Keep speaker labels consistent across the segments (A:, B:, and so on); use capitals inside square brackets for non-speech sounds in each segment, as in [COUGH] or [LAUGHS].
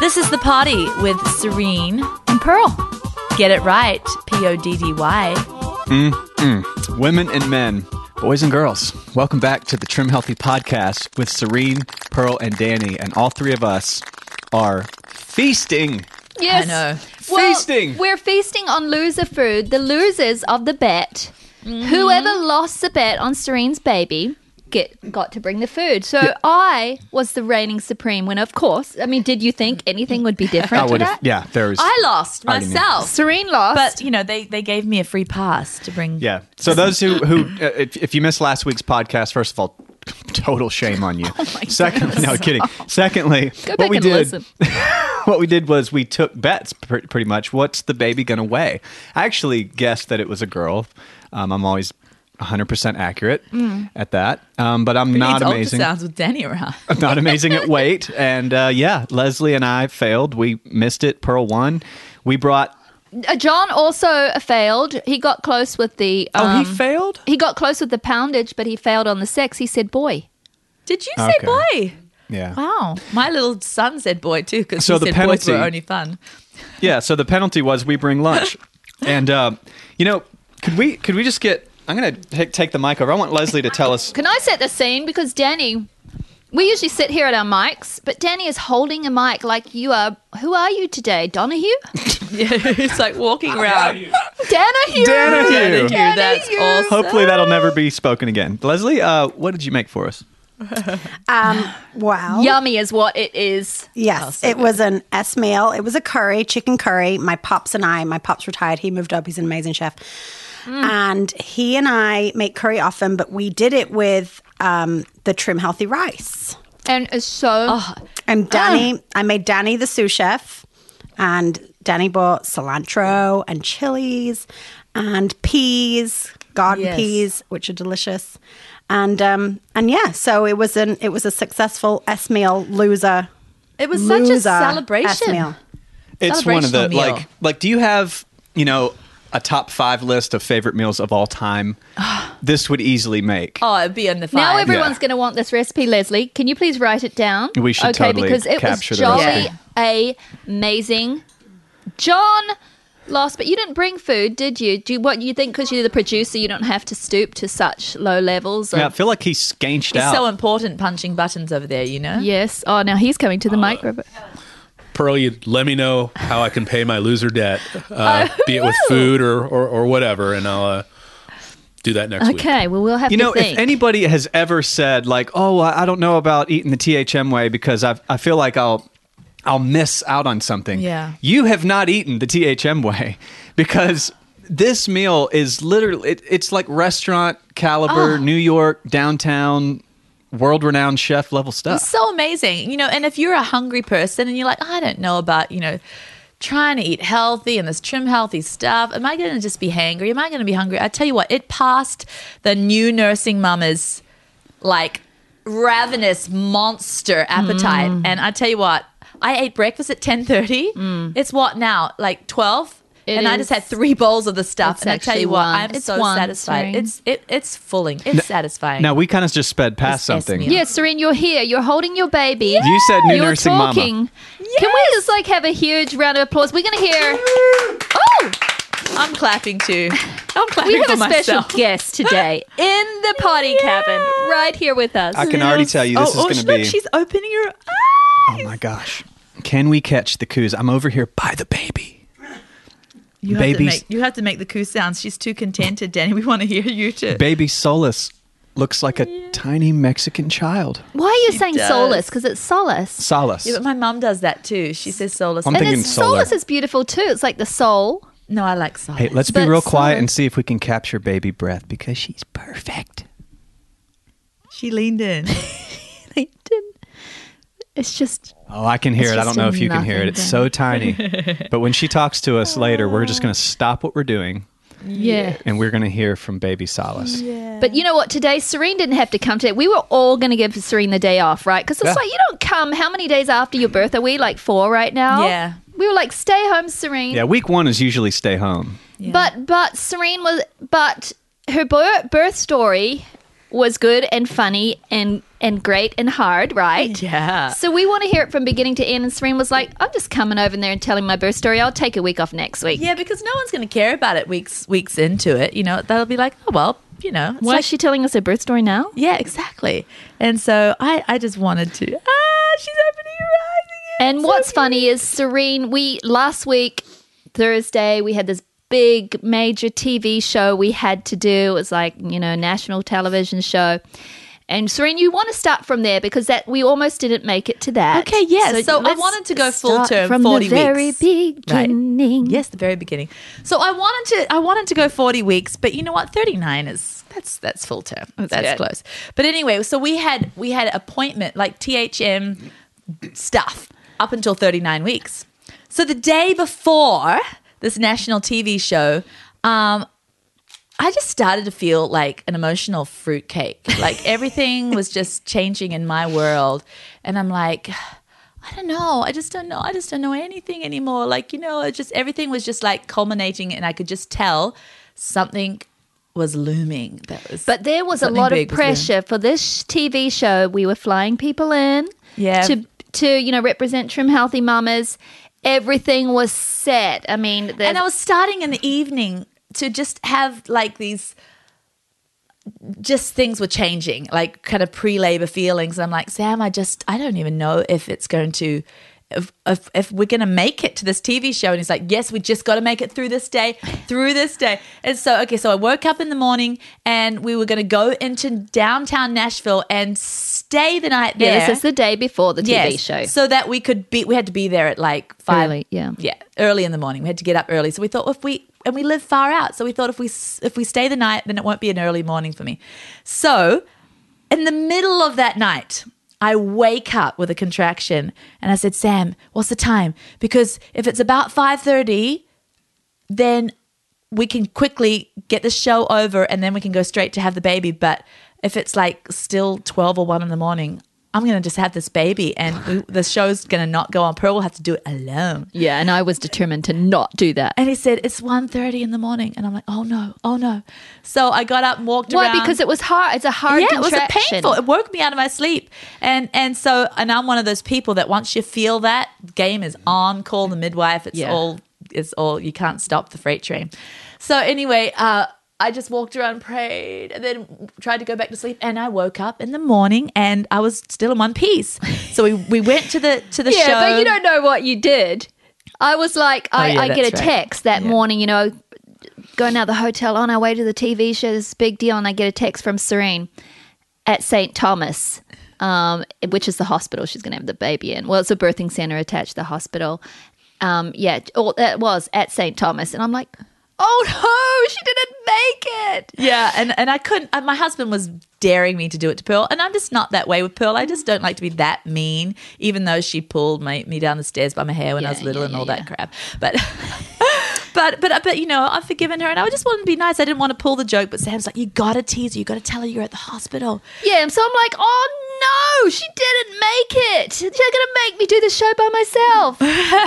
A: This is The Party with Serene and Pearl. Get it right, P O D D Y.
B: Women and men, boys and girls, welcome back to the Trim Healthy Podcast with Serene, Pearl, and Danny. And all three of us are feasting.
C: Yes.
A: I know.
C: Well,
B: Feasting.
C: We're feasting on loser food, the losers of the bet.
A: Mm-hmm.
C: Whoever lost the bet on Serene's baby get got to bring the food. So I was the reigning supreme winner, of course. I mean, did you think anything
A: [LAUGHS]
C: would be different? to
B: would've-
C: that?
B: Oh, yeah, there was.
A: I lost
B: I already knew.
A: myself.
C: Serene lost.
A: But, you know, they, they gave me a free pass to bring.
B: Yeah. So those who who uh, if, if you missed last week's podcast, first of all, [LAUGHS] total shame on you. Secondly, no kidding. Secondly,
C: Oh Go
B: what
C: back
B: we
C: and
B: did
C: listen.
B: [LAUGHS] what we did was we took bets pr- pretty much. What's the baby gonna weigh? I actually guessed that it was a girl. Um, I'm always 100% accurate
C: Mm.
B: at that, um, but I'm not
A: Needs
B: amazing.
A: Ultrasounds with Danny around.
B: I'm [LAUGHS] not amazing at weight. And uh, yeah, Leslie and I failed. We missed it. Pearl won. We brought.
C: Uh, John also failed. He got close with the.
B: Oh,
C: Um,
B: he failed.
C: he got close with the poundage, but he failed on the sex. He said, "Boy."
A: [LAUGHS] Did you
B: Okay.
A: say boy?
B: Yeah.
A: Wow. My little son said boy too because
B: So
A: he
B: the
A: said boys
B: penalty-
A: were only fun. [LAUGHS]
B: Yeah. So the penalty was we bring lunch, [LAUGHS] and uh, you know, could we could we just get? I'm gonna take take the mic over. I want Leslie to tell us.
C: Can I set the scene? Because Danny, we usually sit here at our mics, but Danny is holding a mic like you are. Who are you today, Donahue? [LAUGHS]
A: Yeah, it's like walking around.
C: Donahue.
B: Danahue.
A: Danahue, that's
C: Danahue.
A: awesome.
B: Hopefully that'll never be spoken again. Leslie, uh, what did you make for us?
D: [SIGHS] Um, wow.
C: Yummy is what it is.
D: Yes, it was an S meal. It was a curry, chicken curry. My pops and I, my pops retired. He moved up. He's an amazing chef. And he and I make curry often, but we did it with um, the trim healthy rice.
C: And it's so.
D: And Danny, I made Danny the sous chef, and Danny bought cilantro and chilies and peas, garden
A: Yes.
D: peas, which are delicious. And um, and yeah, so it was an it was a successful S meal loser.
A: It was such a
D: loser S
A: celebration.
D: meal.
B: It's one of the
A: Celebrational meal.
B: like like. Do you have you know a top five list of favorite meals of all time? this would easily make.
A: Oh, it'd be in the five.
C: Now everyone's
B: Yeah.
C: going to want this recipe, Leslie. Can you please write it down?
B: We should
C: okay,
B: totally
C: because it
B: capture
C: was
B: the
C: jolly
B: recipe.
C: amazing. John lost, but you didn't bring food, did you? Do you, what you think? Because you're the producer, you don't have to stoop to such low levels. Of,
B: Yeah, I feel like he scainched
A: It's
B: out.
A: so important punching buttons over there, you know?
C: Yes. Oh, now he's coming to the mic. Robert.
E: Pearl, you let me know how I can pay my loser debt, uh, be it with
C: will.
E: food or, or, or whatever, and I'll uh, do that next week.
C: Okay. Well, we'll have
B: You
C: to
B: know,
C: think.
B: if anybody has ever said like, "Oh, I I don't know about eating the THM way because I I feel like I'll I'll miss out on something."
A: Yeah.
B: You have not eaten the THM way [LAUGHS] because this meal is literally it, it's like restaurant caliber,
A: Ah.
B: New York downtown, world-renowned chef level stuff.
A: It's so amazing. You know, and if you're a hungry person and you're like, I don't know about, you know, trying to eat healthy and this trim healthy stuff, am I going to just be hangry? Am I going to be hungry? I tell you what, it passed the new nursing mama's like ravenous monster appetite.
C: Mm.
A: And I tell you what, I ate breakfast at 10:30. It's what now? Like 12?
C: Mm. It
A: and I just
C: is-
A: had three bowls of the stuff,
C: It's
A: and I tell
C: actually
A: you what,
C: one.
A: I'm
C: It's
A: so
C: one,
A: satisfied.
C: Serene.
A: It's it, it's fulling. It's satisfying.
B: now we kind of just sped past
A: This S
B: something.
A: meal.
C: yeah, Serene, you're here. You're holding your baby.
B: You said new
C: You're
B: nursing mama.
C: talking. Can we just like have a huge round of applause? We're going to hear.
A: Oh, I'm clapping too. I'm clapping
C: We have
A: for
C: a special
A: myself.
C: guest today in the potty cabin, right here with us.
B: I can already tell you this
A: oh,
B: is
A: oh,
B: going to be
A: look, she's opening her.
B: Oh my gosh. Can we catch the coos? I'm over here by the baby.
A: You have, to
B: Babies.
A: make, you have to make the coo sounds. She's too contented, Danny. We want to hear you too.
B: Baby Solis looks like a tiny Mexican child.
C: Why are you saying
A: does.
C: solace? Because it's solace.
B: Solace.
A: yeah, but my mum does that too. She says solace.
B: I'm
C: and
B: thinking
C: it's
B: solar.
C: solace is beautiful too. It's like the soul.
A: no, I like solace.
B: hey, let's be
C: but
B: real quiet
C: Solis-
B: and see if we can capture baby breath because she's perfect.
A: she leaned [LAUGHS] in.
C: They didn't. It's just
B: Oh, I can hear it.
C: It's
B: I don't
C: just
B: know
C: a
B: if you can hear it.
C: nothing
B: It's so tiny.
C: [LAUGHS]
B: but when she talks to us later, we're just going to stop what we're doing
C: yeah.
B: and we're going to hear from baby Solace.
C: But you know what? Today, Serene didn't have to come today. We were all going to give Serene the day off, right? Because it's
B: Yeah.
C: like you don't come. How many days after your birth are we? Like four right now.
A: Yeah.
C: We were like, stay home, Serene.
B: Yeah, week 1 is usually stay home. [LAUGHS]
C: But but Serene was but her bir- birth story was good and funny and and great and hard, right?
A: [LAUGHS] Yeah.
C: So we want to hear it from beginning to end. And Serene was like, I'm just coming over there and telling my birth story. I'll take a week off next week.
A: Yeah, because no one's going to care about it weeks weeks into it. You know, they'll be like, oh well, you know. it's
C: Why
A: like-
C: is she telling us her birth story now?
A: yeah, exactly. And so I, I just wanted to. Ah, she's opening her eyes again.
C: And what's funny is Serene, we last week, Thursday, we had this big major TV show we had to do. It was like, you know, national television show. And Serene, you want to start from there because that we almost didn't make it to that.
A: Okay, yeah. So I
C: let's
A: wanted to go full
C: start
A: term,
C: from
A: 40
C: the very
A: weeks.
C: beginning.
A: Yes, the very beginning. So I wanted to I wanted to go 40 weeks, but you know what? 39 is that's that's full term. That's,
C: good.
A: close. But anyway, so we had we had appointment like THM stuff up until 39 weeks. So the day before this national TV show, um I just started to feel like an emotional fruitcake. Like everything was just changing in my world. And I'm like, I don't know. I just don't know. I just don't know anything anymore. Like, you know, it just everything was just like culminating and I could just tell something was looming. That was
C: But there was a
A: Something
C: lot of
A: big was there.
C: pressure for this sh- TV show. We were flying people in,
A: Yeah.
C: to to you know represent Trim Healthy Mamas. Everything was set. I mean, the,
A: and I was starting in the evening to just have like these just things were changing, like kind of pre labor feelings. And I'm like, Sam, I just I don't even know if it's going to if, if, if we're going to make it to this TV show. And he's like, yes, we just got to make it through this day, through this day. And so, okay, so I woke up in the morning and we were going to go into downtown Nashville and stay the night there.
C: yeah, this is the day before the TV
A: Yes,
C: show.
A: So that we could be, we had to be there at like five.
C: Early, yeah.
A: Yeah. Early in the morning. We had to get up early. So we thought if we, and we live far out. So we thought if we, s- if we stay the night, then it won't be an early morning for me. So in the middle of that night, I wake up with a contraction and I said, Sam, what's the time? Because if it's about 5.30, then we can quickly get the show over and then we can go straight to have the baby. But if it's like still 12 or 1 in the morning, I'm going to just have this baby and we, the show's going to not go on. Pearl will have to do it alone.
C: yeah, and I was determined to not do that.
A: And he said, it's 1.30 in the morning. And I'm like, oh no, oh no. So I got up and walked
C: Why?
A: around
C: Because it was hard. It's a hard
A: yeah, it was a
C: contraction.
A: painful. It woke me out of my sleep, and and so and I'm one of those people that once you feel that game is on, call the midwife. It's
C: Yeah.
A: all it's all you can't stop the freight train. So anyway, uh, I just walked around, prayed, and then tried to go back to sleep. And I woke up in the morning, and I was still in one piece. So we, we went to the to the
C: [LAUGHS] yeah,
A: show. Oh,
C: but you don't know what you did. I was like, I,
A: yeah,
C: I get a
A: that's right.
C: text that
A: Yeah.
C: morning, you know, going out of the hotel on our way to the TV show, this big deal, and I get a text from Serene at St. Thomas, um, which is the hospital she's going to have the baby in. Well, it's a birthing center attached to the hospital. Um, yeah, or that was at St. Thomas, and I'm like, oh no, she didn't make it.
A: Yeah, and, and I couldn't. And my husband was daring me to do it to Pearl, and I'm just not that way with Pearl. I just don't like to be that mean, even though she pulled my, me down the stairs by my hair when I
C: Yeah,
A: was little
C: yeah,
A: and
C: yeah,
A: all
C: yeah.
A: that crap. But [LAUGHS] but uh, but but you know, I've forgiven her, and I just wanted to be nice. I didn't want to pull the joke, but Sam's like, "You got to tease her. You got to tell her you're at the hospital."
C: Yeah, and so I'm like, oh no, she didn't make it. They're gonna make me do the show by myself.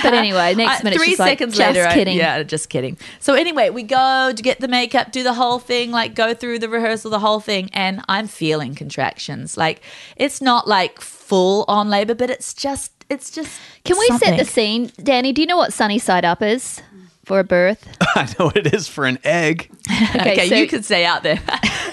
C: But anyway,
A: [LAUGHS]
C: next
A: I-
C: minute
A: three
C: she's
A: seconds
C: like,
A: later,
C: just
A: I-
C: kidding.
A: yeah, just kidding. So anyway, we go to get the makeup, do the whole thing, like go through the rehearsal, the whole thing, and I'm feeling contractions. Like it's not like full on labor, but it's just, it's just.
C: Can we set the
A: something.
C: scene, Danny? Do you know what sunny side up is for a birth?
B: I know what it is for an
C: [LAUGHS]
B: egg.
A: [LAUGHS] Okay,
C: so-
A: you can stay out there.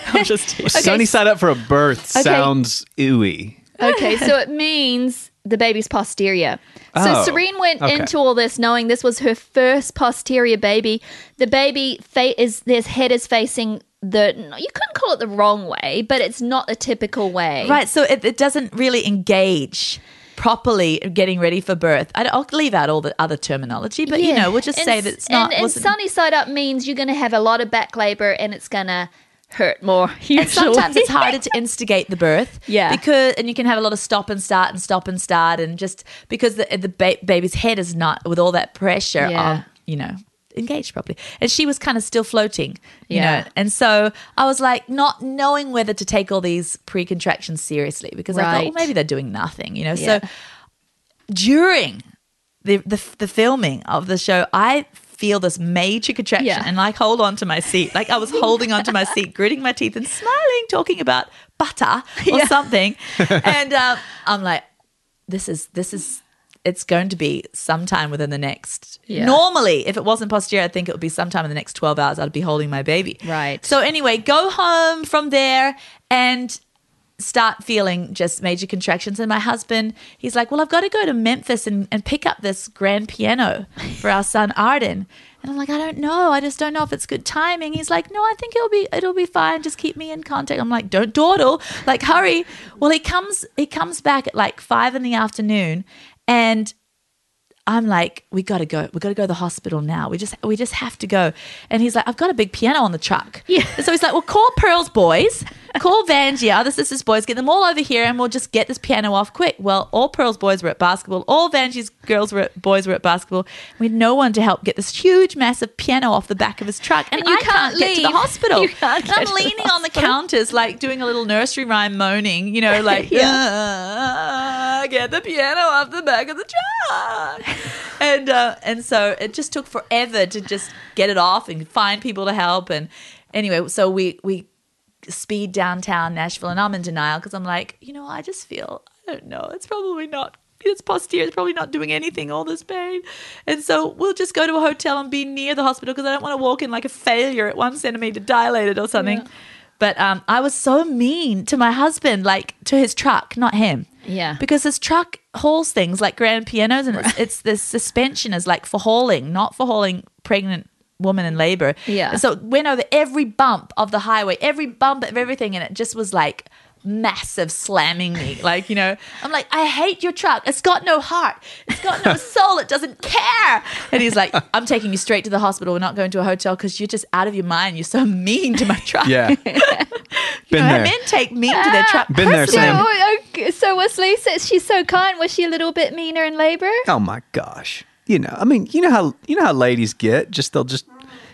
A: I'm just
B: Sunny side up for a birth sounds ooey.
C: [LAUGHS] Okay, so it means the baby's posterior. So
B: Oh,
C: Serene went
B: okay.
C: into all this knowing this was her first posterior baby. The baby fa- is his head is facing the you couldn't call it the wrong way, but it's not the typical way.
A: right. So it, it doesn't really engage properly getting ready for birth. I, will leave out all the other terminology, but you
C: Yeah.
A: know, we'll just
C: And
A: say
C: s-
A: that it's not.
C: And, and
A: wasn't-
C: sunny side up means you're going to have a lot of back labor, and it's going to hurt more. [LAUGHS] Usually.
A: And sometimes it's harder to instigate the birth.
C: Yeah.
A: Because and you can have a lot of stop and start and stop and start and just because the the ba- baby's head is not with all that pressure
C: Yeah.
A: on you know engaged properly and she was kind of still floating you
C: Yeah.
A: know and so i was like not knowing whether to take all these pre-contractions seriously because i thought well
C: Right.
A: maybe they're doing nothing you know
C: Yeah.
A: so during the, the the filming of the show i feel this major contraction
C: Yeah.
A: and like hold on to my seat. Like I was holding on to my seat, gritting my teeth and smiling, talking about butter or
C: [LAUGHS]
A: something. And um, I'm like, this is this is it's going to be sometime within the next
C: Yeah.
A: normally if it wasn't posterior i think it would be sometime in the next 12 hours i'd be holding my baby
C: Right.
A: so anyway go home from there and start feeling just major contractions and my husband he's like well i've got to go to memphis and, and pick up this grand piano for our son arden and i'm like i don't know i just don't know if it's good timing he's like no i think it'll be it'll be fine just keep me in contact i'm like don't dawdle like hurry well he comes he comes back at like five in the afternoon and I'm like, we gotta go. We gotta go to the hospital now. We just we just have to go. And he's like, I've got a big piano on the truck.
C: Yeah.
A: And so he's like, well, call Pearl's boys, call Van's, yeah, other sisters' boys, get them all over here, and we'll just get this piano off quick. Well, all Pearl's boys were at basketball. All Vanjie's girls were at, boys were at basketball. We had no one to help get this huge, massive piano off the back of his truck, [LAUGHS] and
C: You
A: I can't,
C: can't
A: get to the [LAUGHS]
C: leave.
A: hospital.
C: You can't
A: And
C: get
A: I'm
C: to the
A: leaning on the counters, like doing a little nursery rhyme moaning, you know, [LAUGHS] like "Ah, get the piano off the back of the truck. And uh, and so it just took forever to just get it off and find people to help. And anyway, so we we speed downtown Nashville, and I'm in denial because I'm like, you know, I just feel I don't know. It's probably not. It's posterior. It's probably not doing anything. All this pain, and so we'll just go to a hotel and be near the hospital because I don't want to walk in like a failure at one centimeter dilated or something. But um, I was so mean to my husband, like to his truck, not him.
C: Yeah.
A: Because his truck hauls things like grand pianos, and it's, it's the suspension is like for hauling, not for hauling pregnant woman in labor.
C: Yeah.
A: And so it went over every bump of the highway, every bump of everything, and it just was like massive slamming
B: [LAUGHS]
A: me. Like, you know, I'm like, I hate your truck. It's got no heart. It's got
B: [LAUGHS]
A: no soul. It doesn't care. And he's like, I'm taking you straight to the hospital. We're not going to a hotel because you're just out of your mind. You're so mean to my [LAUGHS] truck.
B: Yeah. Been
A: And
B: there.
A: men take mean to their truck.
B: Been
C: [LAUGHS]
B: there,
C: So,
A: personally.
B: Sam.
C: oh, so was Lisa? She's so kind. Was she a little bit meaner in labor?
B: Oh my gosh. You know, I mean, you know how you know how ladies get. Just they'll just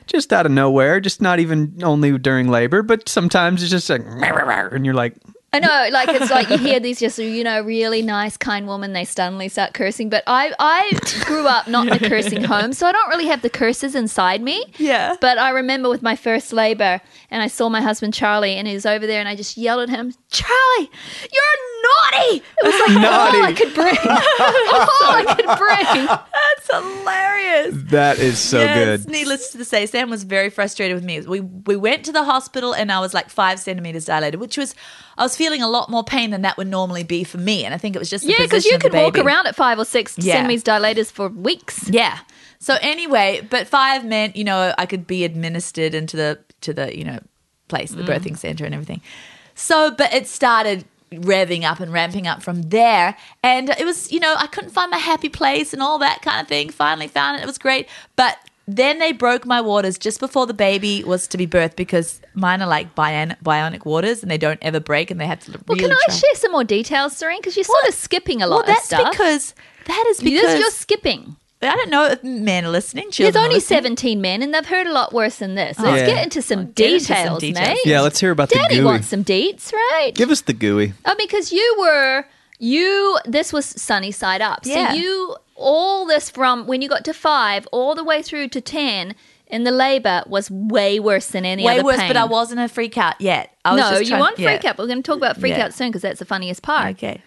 B: just out of nowhere, just not even only during labor, but sometimes it's just like and you're like,
C: I know, like it's like you hear these just you know really nice, kind woman. They suddenly start cursing, but I I grew up not in a cursing home, so I don't really have the curses inside me.
A: Yeah.
C: But I remember with my first labor, and I saw my husband Charlie, and he was over there, and I just yelled at him, Charlie, you're naughty. It was like all I
B: Naughty.
C: could bring, [LAUGHS] all I
A: [LAUGHS]
C: could bring.
A: That's hilarious.
B: that is so
A: Yes,
B: good.
A: Needless to say, Sam was very frustrated with me. We we went to the hospital and I was like five centimeters dilated, which was I was feeling a lot more pain than that would normally be for me, and I think it was just the
C: Yeah, because
A: position
C: you
A: of the
C: could walk
A: baby.
C: around at five or six
A: Yeah.
C: centimeters dilators for weeks.
A: Yeah. So anyway, but five meant you know I could be administered into the to the you know place, the birthing center, and everything. So, but it started revving up and ramping up from there, and it was you know I couldn't find my happy place and all that kind of thing. Finally found it. It was great, but. Then they broke my waters just before the baby was to be birthed because mine are like bion- bionic waters and they don't ever break and they have to
C: Well,
A: really
C: can I
A: try-
C: share some more details, Serene? Because you're sort of skipping a lot
A: Well, that's
C: of stuff.
A: because that is
C: You-
A: because
C: you're skipping.
A: I don't know if men are listening.
C: There's
A: Children are
C: only
A: listening.
C: 17 men, and they've heard a lot worse than this. Let's
B: Yeah.
C: get into some
A: get into some
C: details,
A: details.
C: mate.
B: Yeah, let's hear about
C: Daddy
B: the gooey.
C: wants some deets, right?
B: Give us the gooey.
C: I mean, because you were you. This was sunny side up.
A: Yeah.
C: So you all this from when you got to five all the way through to ten in the labor was way worse than any
A: way
C: other
A: worse,
C: pain.
A: but I wasn't a freak out yet. I was
C: no,
A: just
C: you
A: trying-
C: want
A: yeah.
C: freak out. We're going to talk about freak
A: Yeah.
C: out soon because that's the funniest part.
A: Okay.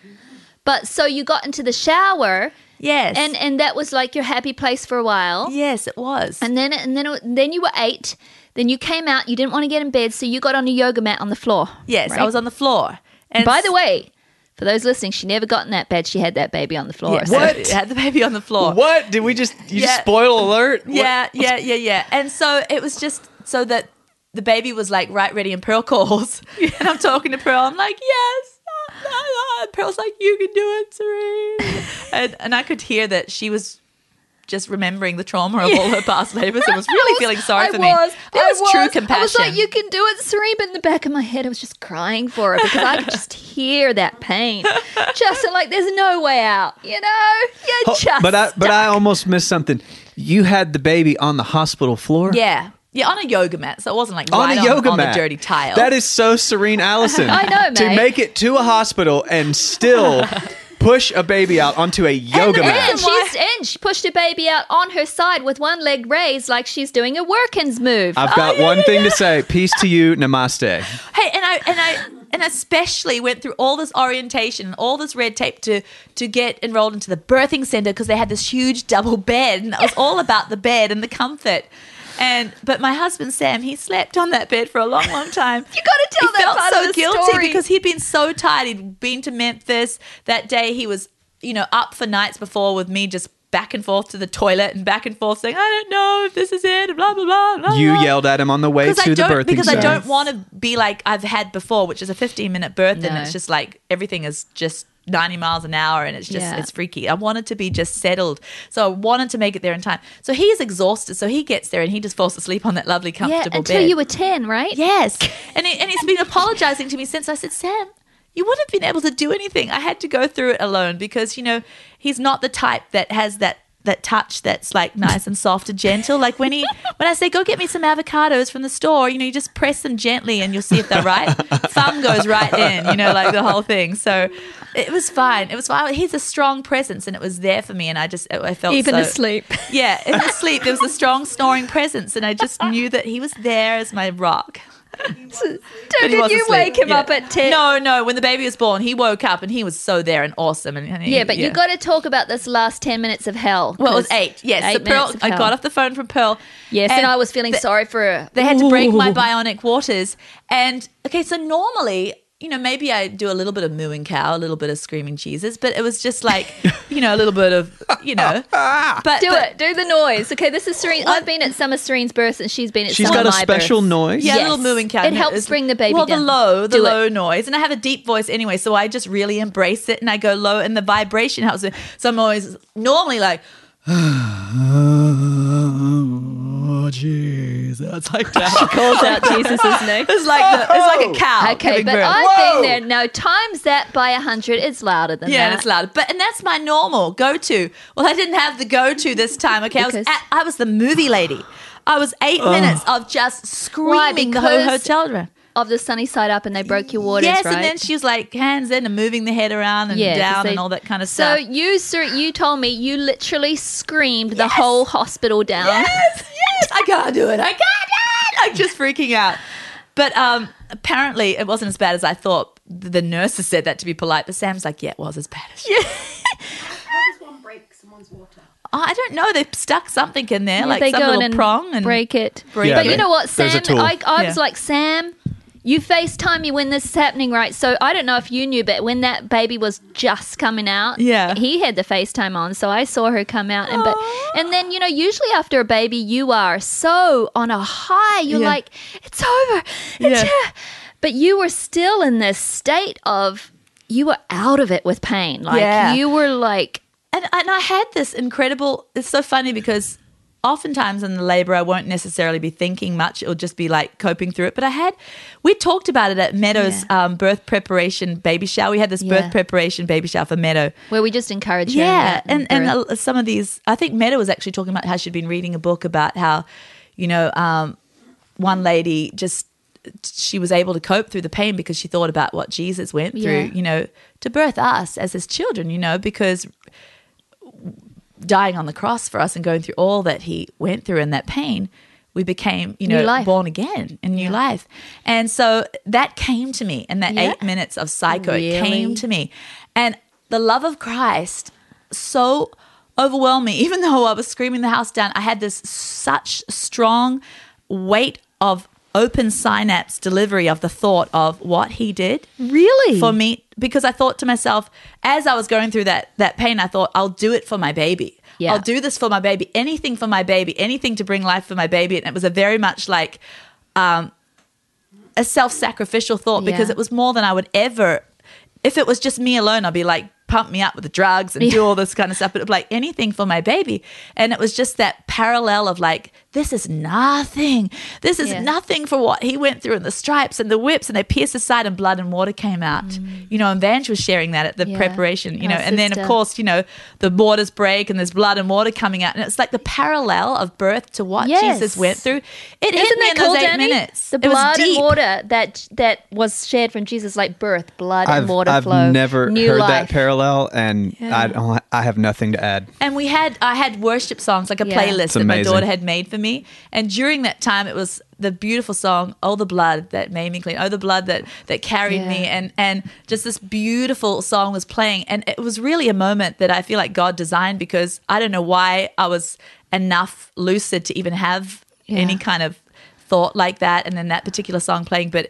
C: But so you got into the shower,
A: Yes.
C: and and that was like your happy place for a while.
A: yes, it was.
C: And then and then it- then you were eight. Then you came out. You didn't want to get in bed, so you got on a yoga mat on the floor.
A: yes,
C: right?
A: I was on the floor. And
C: By the way, for those listening, she never got in that bed. She had that baby on the floor.
A: [LAUGHS] yes,
C: so-
A: I [LAUGHS] had the baby on the floor.
B: What? Did we just you
A: Yeah.
B: spoil alert? What-
A: Yeah, yeah, yeah, yeah. And so it was just so that the baby was like right ready, and Pearl calls, [LAUGHS] and I'm talking to Pearl. I'm like, yes. ah, ah, ah." And Pearl's like, you can do it,
C: [LAUGHS]
A: Serene. and, and I could hear that she was just remembering the trauma of all her past labors and was really
C: [LAUGHS] [LAUGHS] I
A: feeling sorry
C: I
A: for me.
C: was,
A: That
C: I
A: was, true compassion.
C: I was like, you can do it, Serene. But in the back of my head, I was just crying for her because I could
A: [LAUGHS]
C: just hear that pain. Justin, like, there's no way out, you know? You're
B: Oh,
C: just.
B: but I but I
C: stuck.
B: almost missed something. You had the baby on the hospital floor.
A: Yeah. Yeah, on a yoga mat. So it wasn't like
B: on
A: right
B: a yoga
A: on,
B: mat.
A: the dirty tile. [LAUGHS]
B: That is so serene, Allison.
C: I know,
B: To
C: mate.
A: [LAUGHS]
B: make it to a hospital and still push a baby out onto a
C: And
B: yoga
C: the
B: mat.
C: reason she's in, she pushed her baby out on her side with one leg raised, like she's doing a Workins move.
B: I've
A: Oh,
B: got one thing to say. Peace to you. Namaste.
A: Hey, and I and I and especially went through all this orientation, all this red tape to to get enrolled into the birthing center because they had this huge double bed, and it was all about the bed and the comfort. And but my husband Sam, he slept on that bed for a long, long time.
C: [LAUGHS] You gotta tell
A: he
C: that
A: felt
C: part
A: so
C: of the
A: guilty
C: story.
A: because he'd been so tired. He'd been to Memphis that day. He was, you know, up for nights before with me just back and forth to the toilet and back and forth saying, "I don't know if this is it." and Blah blah blah. blah
B: You
A: blah.
B: yelled at him on the way
A: Because I
B: to the
A: don't,
B: birthing
A: because I
B: center.
A: don't want to be like I've had before, which is a 15 minute birth, and
C: No.
A: it's just like everything is just 90 miles an hour, and it's just
C: Yeah.
A: it's freaky. I wanted to be just settled, so I wanted to make it there in time. So he's exhausted, so he gets there and he just falls asleep on that lovely
C: yeah,
A: comfortable
C: until
A: bed.
C: you were 10, right?
A: yes, [LAUGHS] and he, and he's been apologizing to me since. I said, Sam. You wouldn't have been able to do anything. I had to go through it alone because you know he's not the type that has that that touch that's like nice and soft and gentle. Like when he [LAUGHS] when I say go get me some avocados from the store, you know, you just press them gently and you'll see if they're
C: [LAUGHS]
A: right. Thumb goes right in, you know, like the whole thing. So it was fine. It was fine. He's a strong presence and it was there for me and I just I felt
C: Even
A: so- [LAUGHS]
C: asleep.
A: Yeah, even asleep there was a strong snoring presence and I just knew that he was there as my rock.
C: Dude,
A: But he
C: did
A: was
C: you
A: asleep,
C: wake him
A: you know.
C: up at 10?
A: No, no. When the baby was born, he woke up and he was so there and awesome. And, and he-
C: Yeah, but you got to talk about this last 10 minutes of hell.
A: Well, it was
C: 'cause-
A: eight. Yes, so
C: eight
A: Pearl.
C: minutes of
A: I
C: hell.
A: got off the phone from Pearl.
C: Yes, and, I was feeling
A: th-
C: sorry for her.
A: They had to break my bionic waters. And okay, so normally, you know, maybe I do a little bit of mooing cow, a little bit of screaming cheeses, but it was just
C: [LAUGHS]
A: like, you know, a little bit of, you know, but
C: Do
A: but-
C: it. Do the noise. Okay, this is Serene. I've been at Summer Serene's birth and she's been at
B: She's
C: some
B: got a
C: of my [LAUGHS]
B: special
C: births.
B: noise.
A: Yeah,
C: Yes.
A: a little mooing cat.
C: It helps bring the baby
A: Well,
C: down.
A: the low, the
C: Do it.
A: low noise, and I have a deep voice anyway, so I just really embrace it and I go low, and the vibration helps. me. So I'm always normally like,
B: Oh, jeez. That's like
A: [LAUGHS]
B: that.
C: Calls [LAUGHS] out Jesus' name.
A: it's like the, it's like a cow.
C: Okay,
A: giving
C: but
A: birth.
C: I've been there. No, times that by a hundred. It's louder than
A: yeah,
C: that.
A: and it's loud. But and that's my normal go-to. Well, I didn't have the go-to this time. Okay, I was
C: Because-
A: at, I was the movie lady. I was eight minutes of just screaming the whole
C: because-
A: hotel room.
C: Of the sunny side up, and they broke your waters.
A: yes,
C: right?
A: and then she was like hands in and moving the head around and
C: 'cause
A: down
C: they-
A: and all that kind of
C: so
A: stuff.
C: you, sir, you told me you literally screamed the
A: Yes.
C: whole hospital down.
A: yes, yes, I can't do it. I can't do it. I'm just freaking out. But um, apparently, it wasn't as bad as I thought. The the nurses said that to be polite, but Sam's like, "Yeah, it was as bad as." Yeah. I don't know. They've stuck something in there,
C: Yeah,
A: like
C: they
A: some
C: go in
A: little
C: and
A: prong, and
C: break it.
A: break
C: but
B: it.
C: you know what, Sam?
B: There's a tool.
C: I, I was
A: Yeah.
C: like, Sam, you FaceTime me when this is happening, right? So I don't know if you knew, but when that baby was just coming out,
A: Yeah.
C: he had the FaceTime on, so I saw her come out, and but
A: Aw.
C: and then you know, usually after a baby, you are so on a high. You're
A: Yeah.
C: like, it's over.
A: Yeah.
C: It's here." But you were still in this state of you were out of it with pain. Like
A: Yeah.
C: you were like
A: and and I had this incredible. It's so funny because oftentimes in the labor I won't necessarily be thinking much. It'll just be like coping through it. But I had we talked about it at Meadow's
C: Yeah.
A: um, birth preparation baby shower. We had this
C: Yeah.
A: birth preparation baby shower for Meadow.
C: where we just encourage her. in
A: Yeah,
C: that
A: and and
C: birth.
A: uh, some of these, I think Meta was actually talking about how she'd been reading a book about how, you know, um, one lady just she was able to cope through the pain because she thought about what Jesus went
C: Yeah.
A: through, you know, to birth us as his children, you know, because dying on the cross for us and going through all that he went through and that pain, we became, you
C: New
A: know,
C: life.
A: born again in new life. And so that came to me in that
C: Yeah.
A: eight minutes of psycho. It
C: Really?
A: came to me. And the love of Christ so overwhelmed me. [LAUGHS] Even though I was screaming the house down, I had this such strong weight of open synapse delivery of the thought of what he did
C: really
A: for me because I thought to myself as I was going through that that pain, I thought I'll do it for my baby.
C: Yeah.
A: I'll do this for my baby. Anything for my baby. Anything to bring life for my baby. And it was a very much like um, a self-sacrificial thought because
C: Yeah.
A: it was more than I would ever. If it was just me alone, I'd be like pump me up with the drugs and do all this kind of stuff. But like anything for my baby, and it was just that parallel of like this is nothing. This is
C: Yeah.
A: nothing for what he went through and the stripes and the whips and they pierced his side and blood and water came out. You know, and Vange was sharing that at the
C: Mm. Yeah.
A: preparation, you know,
C: Our
A: and then of
C: sister.
A: course, you know, the waters break and there's blood and water coming out. And it's like the parallel of birth to what Jesus
C: Yes.
A: went through. It hit
C: Isn't
A: me
C: that
A: in
C: cool,
A: those eight
C: Danny?
A: minutes.
C: The
A: It was
C: blood and
A: deep.
C: water that that was shared from Jesus, like birth, blood
B: I've,
C: and water
B: I've
C: flow.
B: never
C: new
B: heard
C: life.
B: that parallel, and I don't, I have nothing to add.
A: And we had I had worship songs like a
C: Yeah.
A: playlist
C: It's
A: that my
B: amazing.
A: daughter had made for me. And during that time, it was the beautiful song "Oh the Blood" that made me clean. Oh the blood that that carried
C: Yeah.
A: me, and and just this beautiful song was playing, and it was really a moment that I feel like God designed because I don't know why I was enough lucid to even have
C: Yeah.
A: any kind of thought like that, and then that particular song playing, but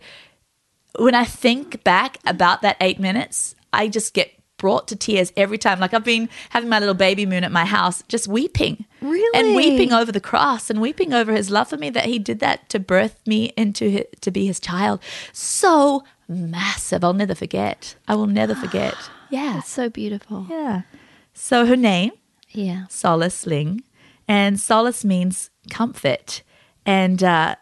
A: when I think back about that eight minutes, I just get brought to tears every time. Like I've been having my little baby moon at my house, just weeping.
C: Really?
A: And weeping over the cross and weeping over his love for me that he did that to birth me into hi to be his child. So massive. I'll never forget. I will never forget. Yeah.
C: That's so beautiful.
A: Yeah. So her name
C: Yeah.
A: solace ling and solace means comfort and uh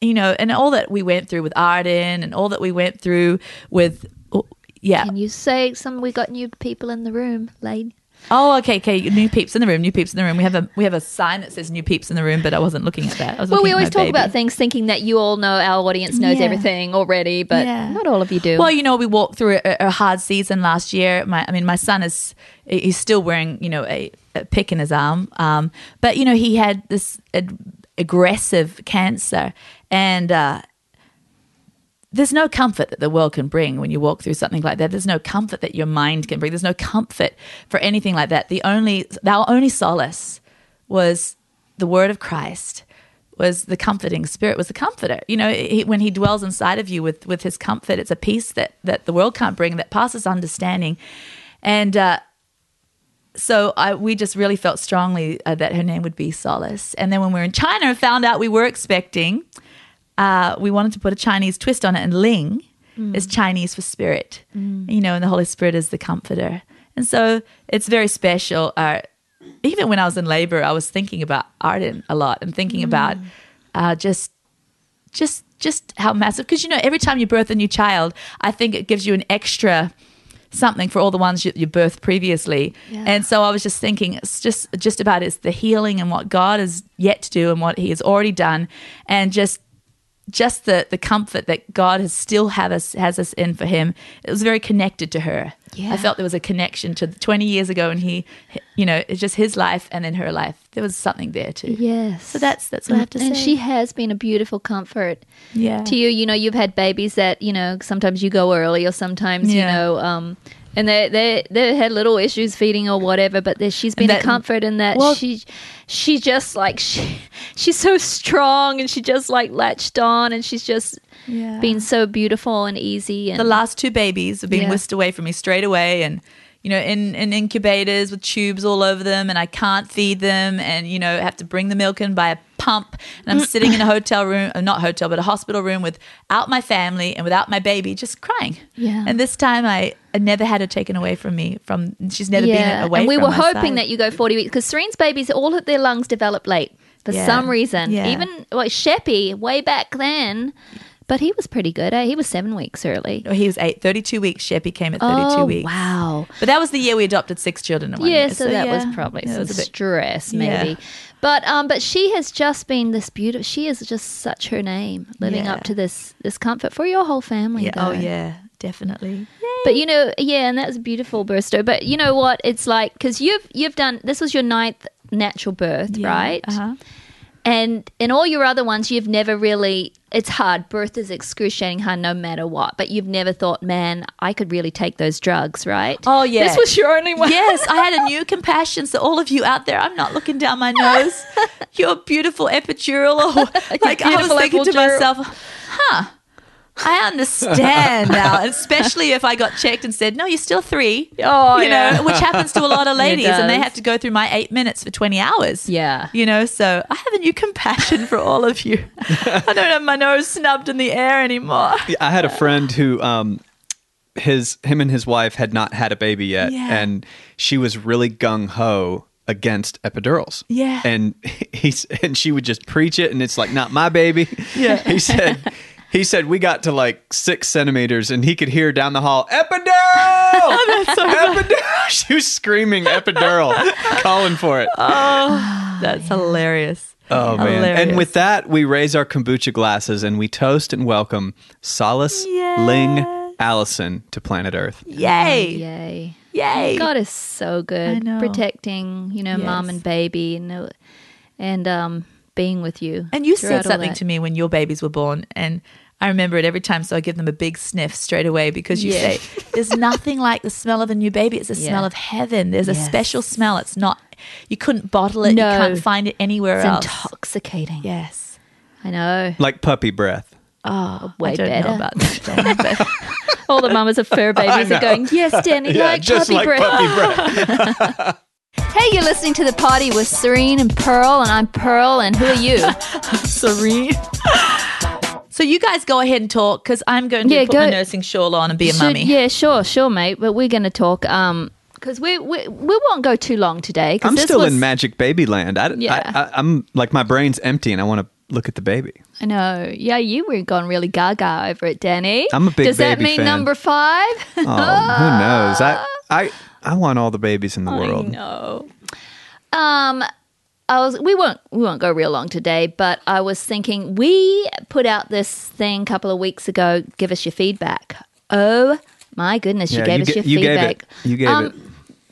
A: you know and all that we went through with arden and all that we went through with oh, yeah
C: Can you say some? We got new people in the room, Lane.
A: oh okay okay new peeps in the room new peeps in the room we have a we have a sign that says new peeps in the room but i wasn't looking at that I was
C: Well, we
A: looking at
C: always
A: my
C: talk
A: baby.
C: about things thinking that you all know, our audience knows
A: Yeah.
C: everything already, but
A: Yeah.
C: not all of you do.
A: Well, you know, we walked through a, a hard season last year. My, I mean, my son is he's still wearing you know a, a pick in his arm, um, but you know he had this ad- aggressive cancer, and uh, there's no comfort that the world can bring when you walk through something like that. There's no comfort that your mind can bring. There's no comfort for anything like that. The only our only solace was the word of Christ. Was the comforting spirit? Was the comforter? You know, he, when he dwells inside of you with with his comfort, it's a peace that that the world can't bring that passes understanding, and uh, so I, we just really felt strongly uh, that her name would be Solace. And then when we were in China and found out we were expecting, uh, we wanted to put a Chinese twist on it. And Ling is Chinese for spirit, you know, and the Holy Spirit is the comforter. And so it's very special. Uh, even when I was in labor, I was thinking about Arden a lot and thinking about uh, just just just how massive because you know every time you birth a new child i think it gives you an extra something for all the ones you, you birthed previously
C: Yeah.
A: and so i was just thinking it's just just about it's the healing and what god is yet to do and what he has already done and just just the the comfort that god has still have us has us in for him it was very connected to her
C: Yeah.
A: i felt there was a connection to the 20 years ago and he you know it's just his life and then her life there was something there too
C: yes.
A: so that's that's what i have to
C: and
A: say
C: she has been a beautiful comfort
A: yeah
C: to you. You know, you've had babies that you know sometimes you go early, or sometimes
A: Yeah.
C: you know, um, and they they they had little issues feeding or whatever. But there, she's been
A: that-
C: a comfort in that
A: well-
C: she she just like [LAUGHS] she she's so strong and she just like latched on and she's just
A: Yeah.
C: been so beautiful and easy and
A: the last two babies have been
C: Yeah.
A: whisked away from me straight away and you know in, in incubators with tubes all over them and i can't feed them and you know have to bring the milk in by a pump and i'm
C: [CLEARS THROAT]
A: sitting in a hotel room uh, not hotel but a hospital room without my family and without my baby just crying
C: Yeah.
A: and this time i, I never had her taken away from me from she's never been away
C: And we
A: from
C: were
A: my
C: hoping
A: side.
C: that you go 40 weeks because Serene's babies, all of their lungs develop late for
A: Yeah.
C: some reason.
A: Yeah.
C: Even like Sheppy, way back then, but he was pretty good. Eh? He was seven weeks early.
A: No, he was eight, 32 weeks. Sheppy came at 32
C: oh,
A: weeks.
C: wow.
A: But that was the year we adopted six children in one
C: Yeah,
A: year.
C: so, that
A: yeah,
C: was probably
A: yeah, it
C: some
A: was a bit-
C: stress, maybe.
A: Yeah.
C: But um, but she has just been this beautiful. She is just such her name, living
A: Yeah.
C: up to this this comfort for your whole family.
A: yeah. Oh,
C: though.
A: yeah, definitely.
C: But you know, yeah, and that's beautiful, Bristow. But you know what? It's like because you've you've done this was your ninth natural birth,
A: Yeah,
C: right?
A: Uh-huh.
C: And in all your other ones, you've never really, it's hard. Birth is excruciating hard no matter what. But you've never thought, man, I could really take those drugs, right?
A: Oh, yeah.
C: This was your only
A: [LAUGHS]
C: one.
A: Yes, I had a new compassion. So all of you out there, I'm not looking down my
C: [LAUGHS]
A: nose. Your beautiful epidural. Or, like I was
C: beautiful
A: thinking to
C: epidural.
A: myself, huh? I
C: [LAUGHS]
A: understand now, especially if I got checked and said, "No, you're still three.
C: Oh,
A: you
C: yeah.
A: know, which happens to a lot
C: [LAUGHS]
A: of ladies, and they
C: does.
A: have to go through my eight minutes for 20 hours.
C: Yeah.
A: you know. So I have a new compassion for all of
C: [LAUGHS]
A: you. I don't have my nose snubbed in the air anymore.
B: Yeah, I had a friend who um his him and his wife had not had a baby yet
A: Yeah.
B: and she was really gung ho against epidurals.
A: Yeah.
B: And he's and she would just preach it and it's like, not my baby. Yeah. [LAUGHS] He said he said we got to like six centimeters and he could hear down the hall,
A: [LAUGHS] Oh,
B: Epidural! epidural! [LAUGHS] She was screaming
A: [LAUGHS]
B: epidural, calling for it.
A: That's hilarious.
B: Oh man! And
A: Hilarious.
B: with that, we raise our kombucha glasses and we toast and welcome Solace Ling Allison to planet Earth.
A: Yay!
C: Oh, Yay.
A: Yay!
C: God is so good.
A: I know.
C: Protecting, you know, mom
A: Yes.
C: and baby and and um being with you.
A: And you
C: throughout
A: said
C: all
A: something
C: that.
A: to me when your babies were born, and I remember it every time. So I give them a big sniff straight away because you
C: Yeah.
A: say, "There's
C: [LAUGHS]
A: nothing like the smell of a new baby. It's the
C: Yeah.
A: smell of heaven. There's a
C: Yes.
A: special smell. It's not. You couldn't bottle it.
C: No.
A: You can't find it anywhere
C: It's
A: else.
C: intoxicating.
A: yes.
C: I know.
B: Like puppy breath.
A: Oh,
C: way
A: I don't
C: better.
A: know about
C: [LAUGHS]
A: that, Dana, [LAUGHS] but
C: All the mamas
A: [LAUGHS]
C: of fur babies are going, yes, Danny, like
B: just
C: puppy
B: like
C: breath.
B: puppy breath.
C: [LAUGHS] Hey, you're listening to The Party with Serene and Pearl, and I'm Pearl, and who are
A: [LAUGHS]
C: you?
A: serene. [LAUGHS] So you guys go ahead and talk because I'm going to
C: Yeah,
A: put
C: go-
A: my nursing shawl on and be a
C: Should-
A: mummy.
C: Yeah, sure, sure, mate, but we're going to talk, um, because we, we, we won't go too long today. 'cause
B: I'm
C: this
B: still
C: was,
B: in magic baby land. I,
C: Yeah.
B: I, I, am like my brain's empty and I want to look at the baby.
C: I know. Yeah, you were gone really gaga over it, Danny.
B: I'm a big
C: Does that
B: baby
C: mean
B: fan.
C: number five?
B: Oh, who
C: Ah.
B: knows? I I I want all the babies in the [LAUGHS]
C: [LAUGHS]
B: world.
C: No. Um, I was. We won't. We won't go real long today. But I was thinking we put out this thing a couple of weeks ago. Give us your feedback. Oh my goodness, you
B: Yeah,
C: gave
B: you
C: us
B: ga-
C: your
B: you gave it.
C: feedback. Um,
B: You gave it.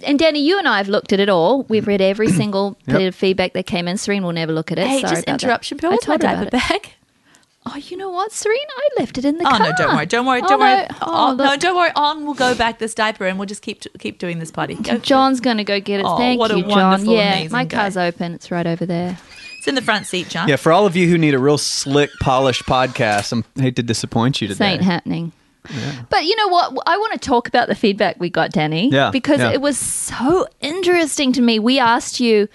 C: And Danny, you and I have looked at it all. We've read
B: [CLEARS THROAT]
C: every single bit of feedback that came in. Serene will never look at it.
A: Hey,
C: Sorry
A: just
C: about that.
A: interruption, Bill.
C: I
A: What's my
C: told her
A: diaper
C: about it.
A: bag?
C: Oh, you know what, Serene? I left it in the
A: Oh
C: car.
A: no! Don't worry. Don't worry.
C: Oh,
A: Don't worry.
C: no.
A: Oh,
C: Oh,
A: no,
C: look.
A: don't worry. On we'll go back this diaper, and we'll just keep keep doing this party. Go.
C: John's going to go get it.
A: Oh,
C: Thank
A: what a
C: you, John.
A: wonderful,
C: Yeah,
A: amazing
C: my
A: guy.
C: car's open. It's right over there.
A: It's in the front seat, John.
B: Yeah, for all of you who need a real slick, polished podcast, I'm- I hate to disappoint you
C: This
B: today.
C: ain't happening. But you know what? I want to talk about the feedback we got, Danny.
B: Yeah,
C: Because
B: yeah.
C: it was so interesting to me. We asked you,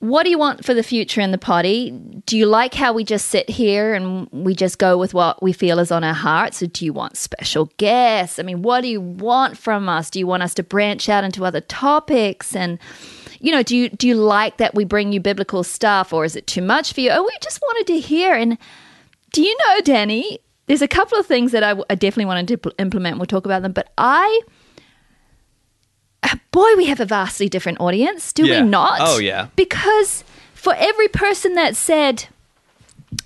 C: what do you want for the future in the potty? Do you like how we just sit here and we just go with what we feel is on our hearts? Or do you want special guests? I mean, what do you want from us? Do you want us to branch out into other topics? And you know, do you do you like that we bring you biblical stuff, or is it too much for you? Oh, we just wanted to hear. And do you know, Danny? There's a couple of things that I, w- I definitely wanted to pl- implement. We'll talk about them, but I. uh, Boy, we have a vastly different audience, do
B: Yeah.
C: we not?
B: Oh, yeah.
C: Because for every person that said,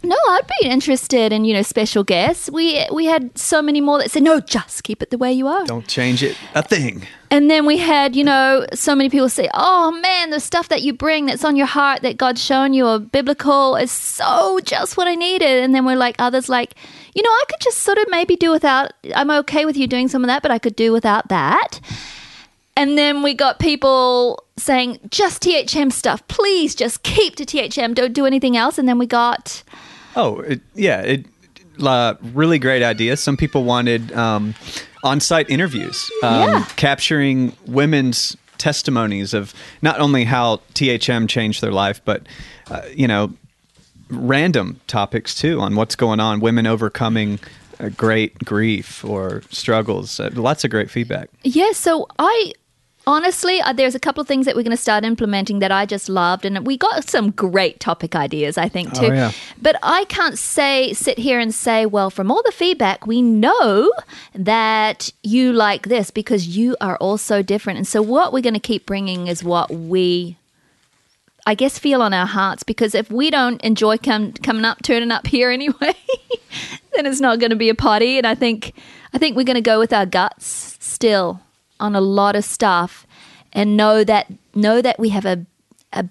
C: "No, I'd be interested in you know special guests," we we had so many more that said, "No, just keep it the way you are."
B: Don't change it a thing.
C: And then we had, you know, so many people say, oh man, the stuff that you bring that's on your heart that God's shown you or biblical is so just what I needed. And then we're like, others like, you know, I could just sort of maybe do without, I'm okay with you doing some of that, but I could do without that. And then we got people saying, just THM stuff. Please just keep to THM. Don't do anything else. And then we got,
B: Oh, it, yeah. It, uh, really great idea. Some people wanted um, on site interviews, um,
C: Yeah.
B: capturing women's testimonies of not only how THM changed their life, but, uh, you know, random topics too on what's going on, women overcoming uh, great grief or struggles. Uh, lots of great feedback.
C: Yeah, so I honestly, uh, there's a couple of things that we're going to start implementing that I just loved, and we got some great topic ideas, I think, too.
B: Oh, yeah.
C: But I can't say, sit here and say, well, from all the feedback, we know that you like this because you are all so different. And so, what we're going to keep bringing is what we. I guess feel on our hearts because if we don't enjoy come, coming up, turning up here [LAUGHS] anyway, then it's not going to be a party. And I think I think we're going to go with our guts still on a lot of stuff, and know that know that we have a a,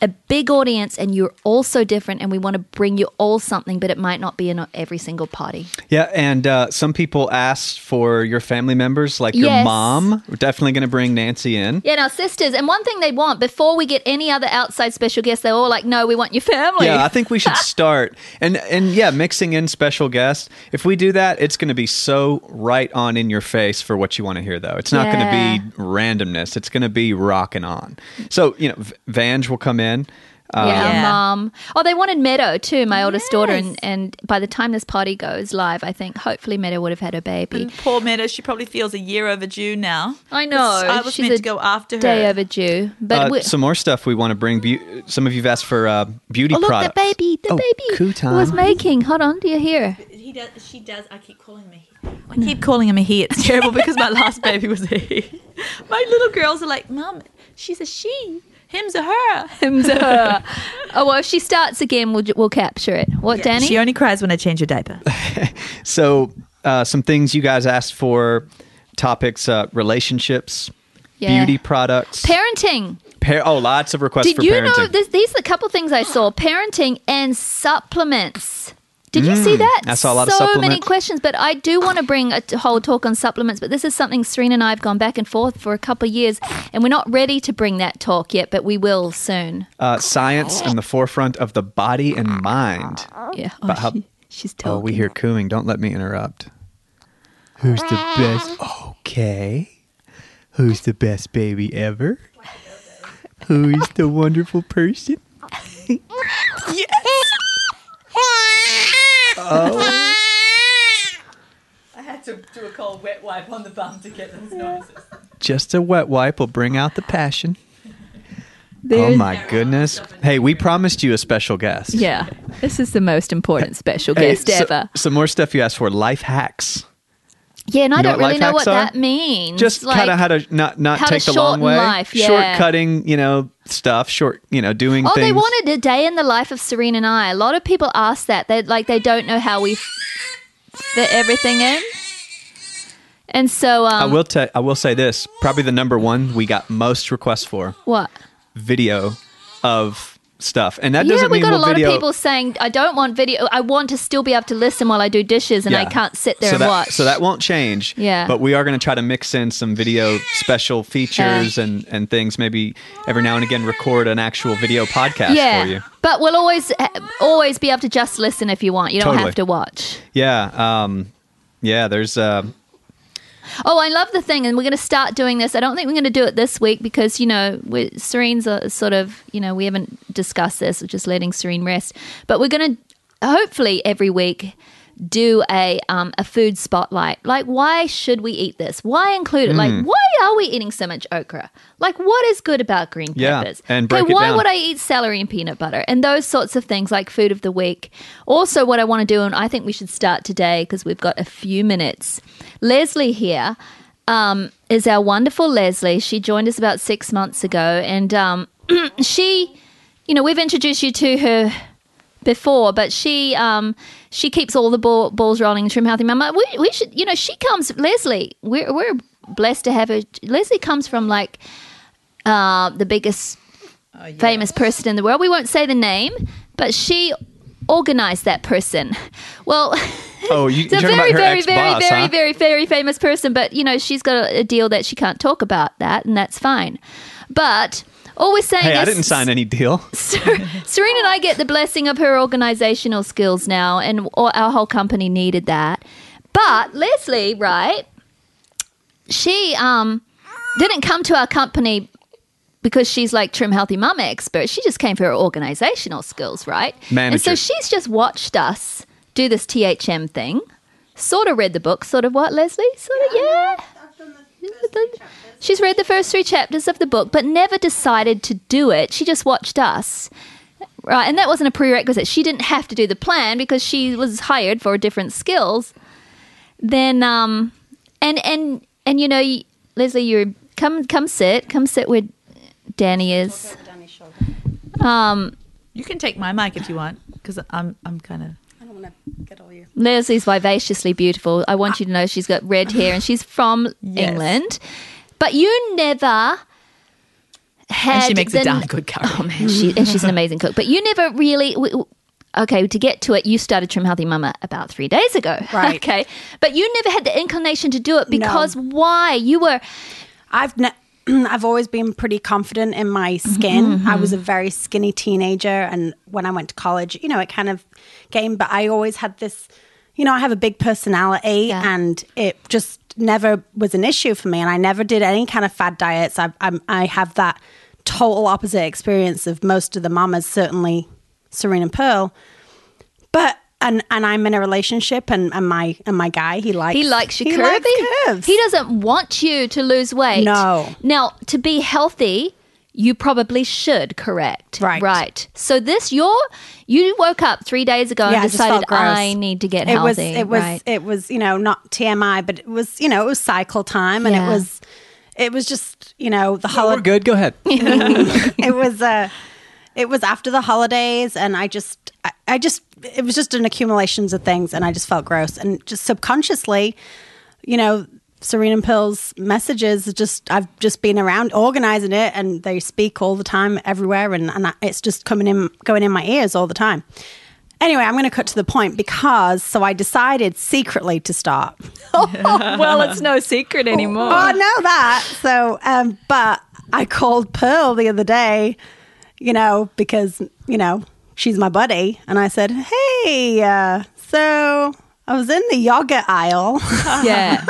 C: a big audience, and you're all so different, and we want to bring you all something, but it might not be in every single party.
B: Yeah, and uh, some people asked for your family members, like your
C: Yes.
B: mom. We're definitely going to bring Nancy in.
C: Yeah, and our sisters, and one thing they want before we get any other outside special guests, they're all like, "No, we want your family."
B: Yeah, I think we
C: [LAUGHS]
B: should start and and yeah, mixing in special guests. If we do that, it's going to be so right on in your face for what you want to hear, though. It's not
C: Yeah.
B: going to be randomness. It's going to be rocking on. So you know, V- Vange will come in.
C: yeah,
A: Yeah.
C: mom. Oh, they wanted Meadow too, my oldest daughter.
A: Yes.
C: And, and by the time this party goes live, I think hopefully Meadow would have had her baby.
A: And poor Meta, she probably feels a year overdue now.
C: I know.
A: I was
C: She's
A: meant
C: a
A: to go after her.
C: Day overdue. But
B: Uh,
C: we-
B: some more stuff we want to bring. Beau- some of you've asked for uh, beauty
C: oh, look,
B: products.
C: the baby, the
B: Oh,
C: baby
B: Kutan.
C: was making. Hold on, do you hear?
A: He does. She does. I keep calling him a he. I keep calling him a he. It's terrible because my last baby was a he. My little girls are like, Mom, she's a she. Him's a her. [LAUGHS]
C: Him [LAUGHS] to her. oh well, if she starts again, we'll we'll capture it. What, Danny?
A: She only cries when I change her [LAUGHS] diaper.
B: So, uh, some things you guys asked for topics uh, relationships,
C: Yeah.
B: beauty products.
C: Parenting.
B: par- oh, lots of requests for
C: Did you
B: parenting.
C: know this, these are a couple things I saw: parenting and supplements. Did you see that?
B: Mm, I saw a lot of
C: so many
B: supplements.
C: questions, but I do want to bring a t- whole talk on supplements. But this is something Serena and I have gone back and forth for a couple of years, and we're not ready to bring that talk yet, but we will soon.
B: uh, science in the forefront of the body and mind.
C: Yeah,
B: But how-
C: she's
B: Oh,
C: talking.
B: we hear cooing. Don't let me interrupt. Who's the best? Okay. Who's the best baby ever? Who's the wonderful person?
A: I had to do a cold wet wipe on the bum to get those noises.
B: Just a wet wipe will bring out the passion. oh my goodness. Hey, we promised you a special guest.
C: Yeah, this is the most important special
B: Hey,
C: guest
B: so-
C: ever.
B: Some more stuff you asked for life hacks.
C: Yeah, and I
B: You know
C: don't
B: what
C: really
B: life
C: know
B: hacks
C: what
B: are?
C: that means.
B: Just
C: Like,
B: kind of how to not not
C: how to
B: take the long
C: shorten
B: way.
C: life, yeah.
B: Shortcutting, you know, stuff. Short, you know, doing
C: Oh,
B: things.
C: they wanted a day in the life of Serena and I. A lot of people ask that. They like they don't know how we fit everything in. And so, um,
B: I will tell. I will say this. Probably the number one we got most requests for
C: what?
B: video of stuff, and that
C: Yeah,
B: doesn't
C: we
B: mean
C: got a
B: we'll
C: lot
B: video.
C: of people saying, "I don't want video. I want to still be able to listen while I do dishes, and I
B: Yeah.
C: can't sit there
B: so
C: and
B: that,
C: watch."
B: So that won't change.
C: Yeah.
B: But we are going to try to mix in some video special features and and things. Maybe every now and again record an actual video podcast
C: yeah,
B: for you.
C: but we'll always always be able to just listen if you want. You don't
B: Totally.
C: have to watch.
B: Yeah. Um, yeah. There's. Uh,
C: Oh, I love the thing, and we're going to start doing this. I don't think we're going to do it this week because you know we're, Serene's a, sort of you know we haven't discussed this, we're just letting Serene rest. But we're going to hopefully every week do a um, a food spotlight. Like, why should we eat this? Why include it?
B: Mm.
C: Like, why are we eating so much okra? Like, what is good about green
B: Yeah,
C: peppers?
B: and
C: Okay,
B: break it
C: why
B: down.
C: would I eat celery and peanut butter and those sorts of things like food of the week? Also, what I want to do, and I think we should start today because we've got a few minutes. Leslie here um, is our wonderful Leslie. She joined us about six months ago, and um, [CLEARS THROAT] she, you know, we've introduced you to her before, but she um, she keeps all the ball, balls rolling in Trim Healthy Mama. We, we should, you know, she comes, Leslie, we're, we're blessed to have her. Leslie comes from like uh, the biggest famous person in the world. We won't say the name, but she organized that person. Well, [LAUGHS]
B: oh, you
C: it's a
B: you're talking
C: very,
B: about her
C: very,
B: ex
C: very,
B: boss,
C: very,
B: huh?
C: very, very famous person, but you know, she's got a, a deal that she can't talk about that, and that's fine. But all we're saying
B: Hey,
C: is
B: I didn't sign any deal.
C: Ser- [LAUGHS] Serena and I get the blessing of her organizational skills now, and all- our whole company needed that. But Leslie, right? She um didn't come to our company because she's like trim healthy mama expert. She just came for her organizational skills, right? And so
B: Manager.
C: she's just watched us do this THM thing. Sort of read the book, sort of what, Leslie? Sort of, yeah. She's read the first three chapters of the book, but never decided to do it. She just watched us. Right, and that wasn't a prerequisite. She didn't have to do the plan because she was hired for different skills. Then, um, and and and you know, y- Leslie, you come come sit, come sit where Danny is. Um,
A: You can take my mic if you want because I'm I'm kind of.
D: I don't want to get all you.
C: Leslie's vivaciously beautiful. I want you to know she's got red hair and she's from
A: Yes.
C: England. But you never had.
A: And she makes
C: the,
A: a damn good curry.
C: Oh man, she, and she's an amazing cook. But you never really. w- w- Okay, to get to it, you started Trim Healthy Mama about three days ago. [LAUGHS]
D: Right.
C: Okay, but you never had the inclination to do it because why? You were
D: I've ne- [CLEARS THROAT] I've always been pretty confident in my
C: Mm-hmm,
D: skin. I was a very skinny teenager, and when I went to college, you know, it kind of came. But I always had this, you know, I have a big personality,
C: Yeah.
D: and it just never was an issue for me. And I never did any kind of fad diets. I I'm, I have that total opposite experience of most of the mamas, certainly Serena and Pearl. But and and I'm in a relationship, and, and my and my guy he likes
C: He likes your
D: he
C: curvy.
D: curves.
C: He doesn't want you to lose weight.
D: No.
C: Now, to be healthy, you probably should, correct?
D: Right.
C: Right. So this you're you woke up three days ago
D: Yeah,
C: and
D: I just
C: decided
D: felt gross.
C: I need to get
D: it
C: healthy.
D: was it was
C: right?
D: it was you know not TMI, but it was you know it was cycle time, and
C: Yeah.
D: it was it was just you know the
B: Oh, we're
D: holiday.
B: good. Go ahead.
D: it was uh it was after the holidays and i just I, I just it was just an accumulations of things and i just felt gross and just subconsciously you know serena and pill's messages are just i've just been around organizing it and they speak all the time everywhere and, and I, it's just coming in going in my ears all the time anyway i'm going to cut to the point because so i decided secretly to start
A: Oh,
C: well, it's no secret anymore.
D: Oh, I know that. So, um, but I called Pearl the other day, you know, because, you know, she's my buddy. And I said, hey, uh, so I was in the yoga aisle. [LAUGHS]
C: Yeah.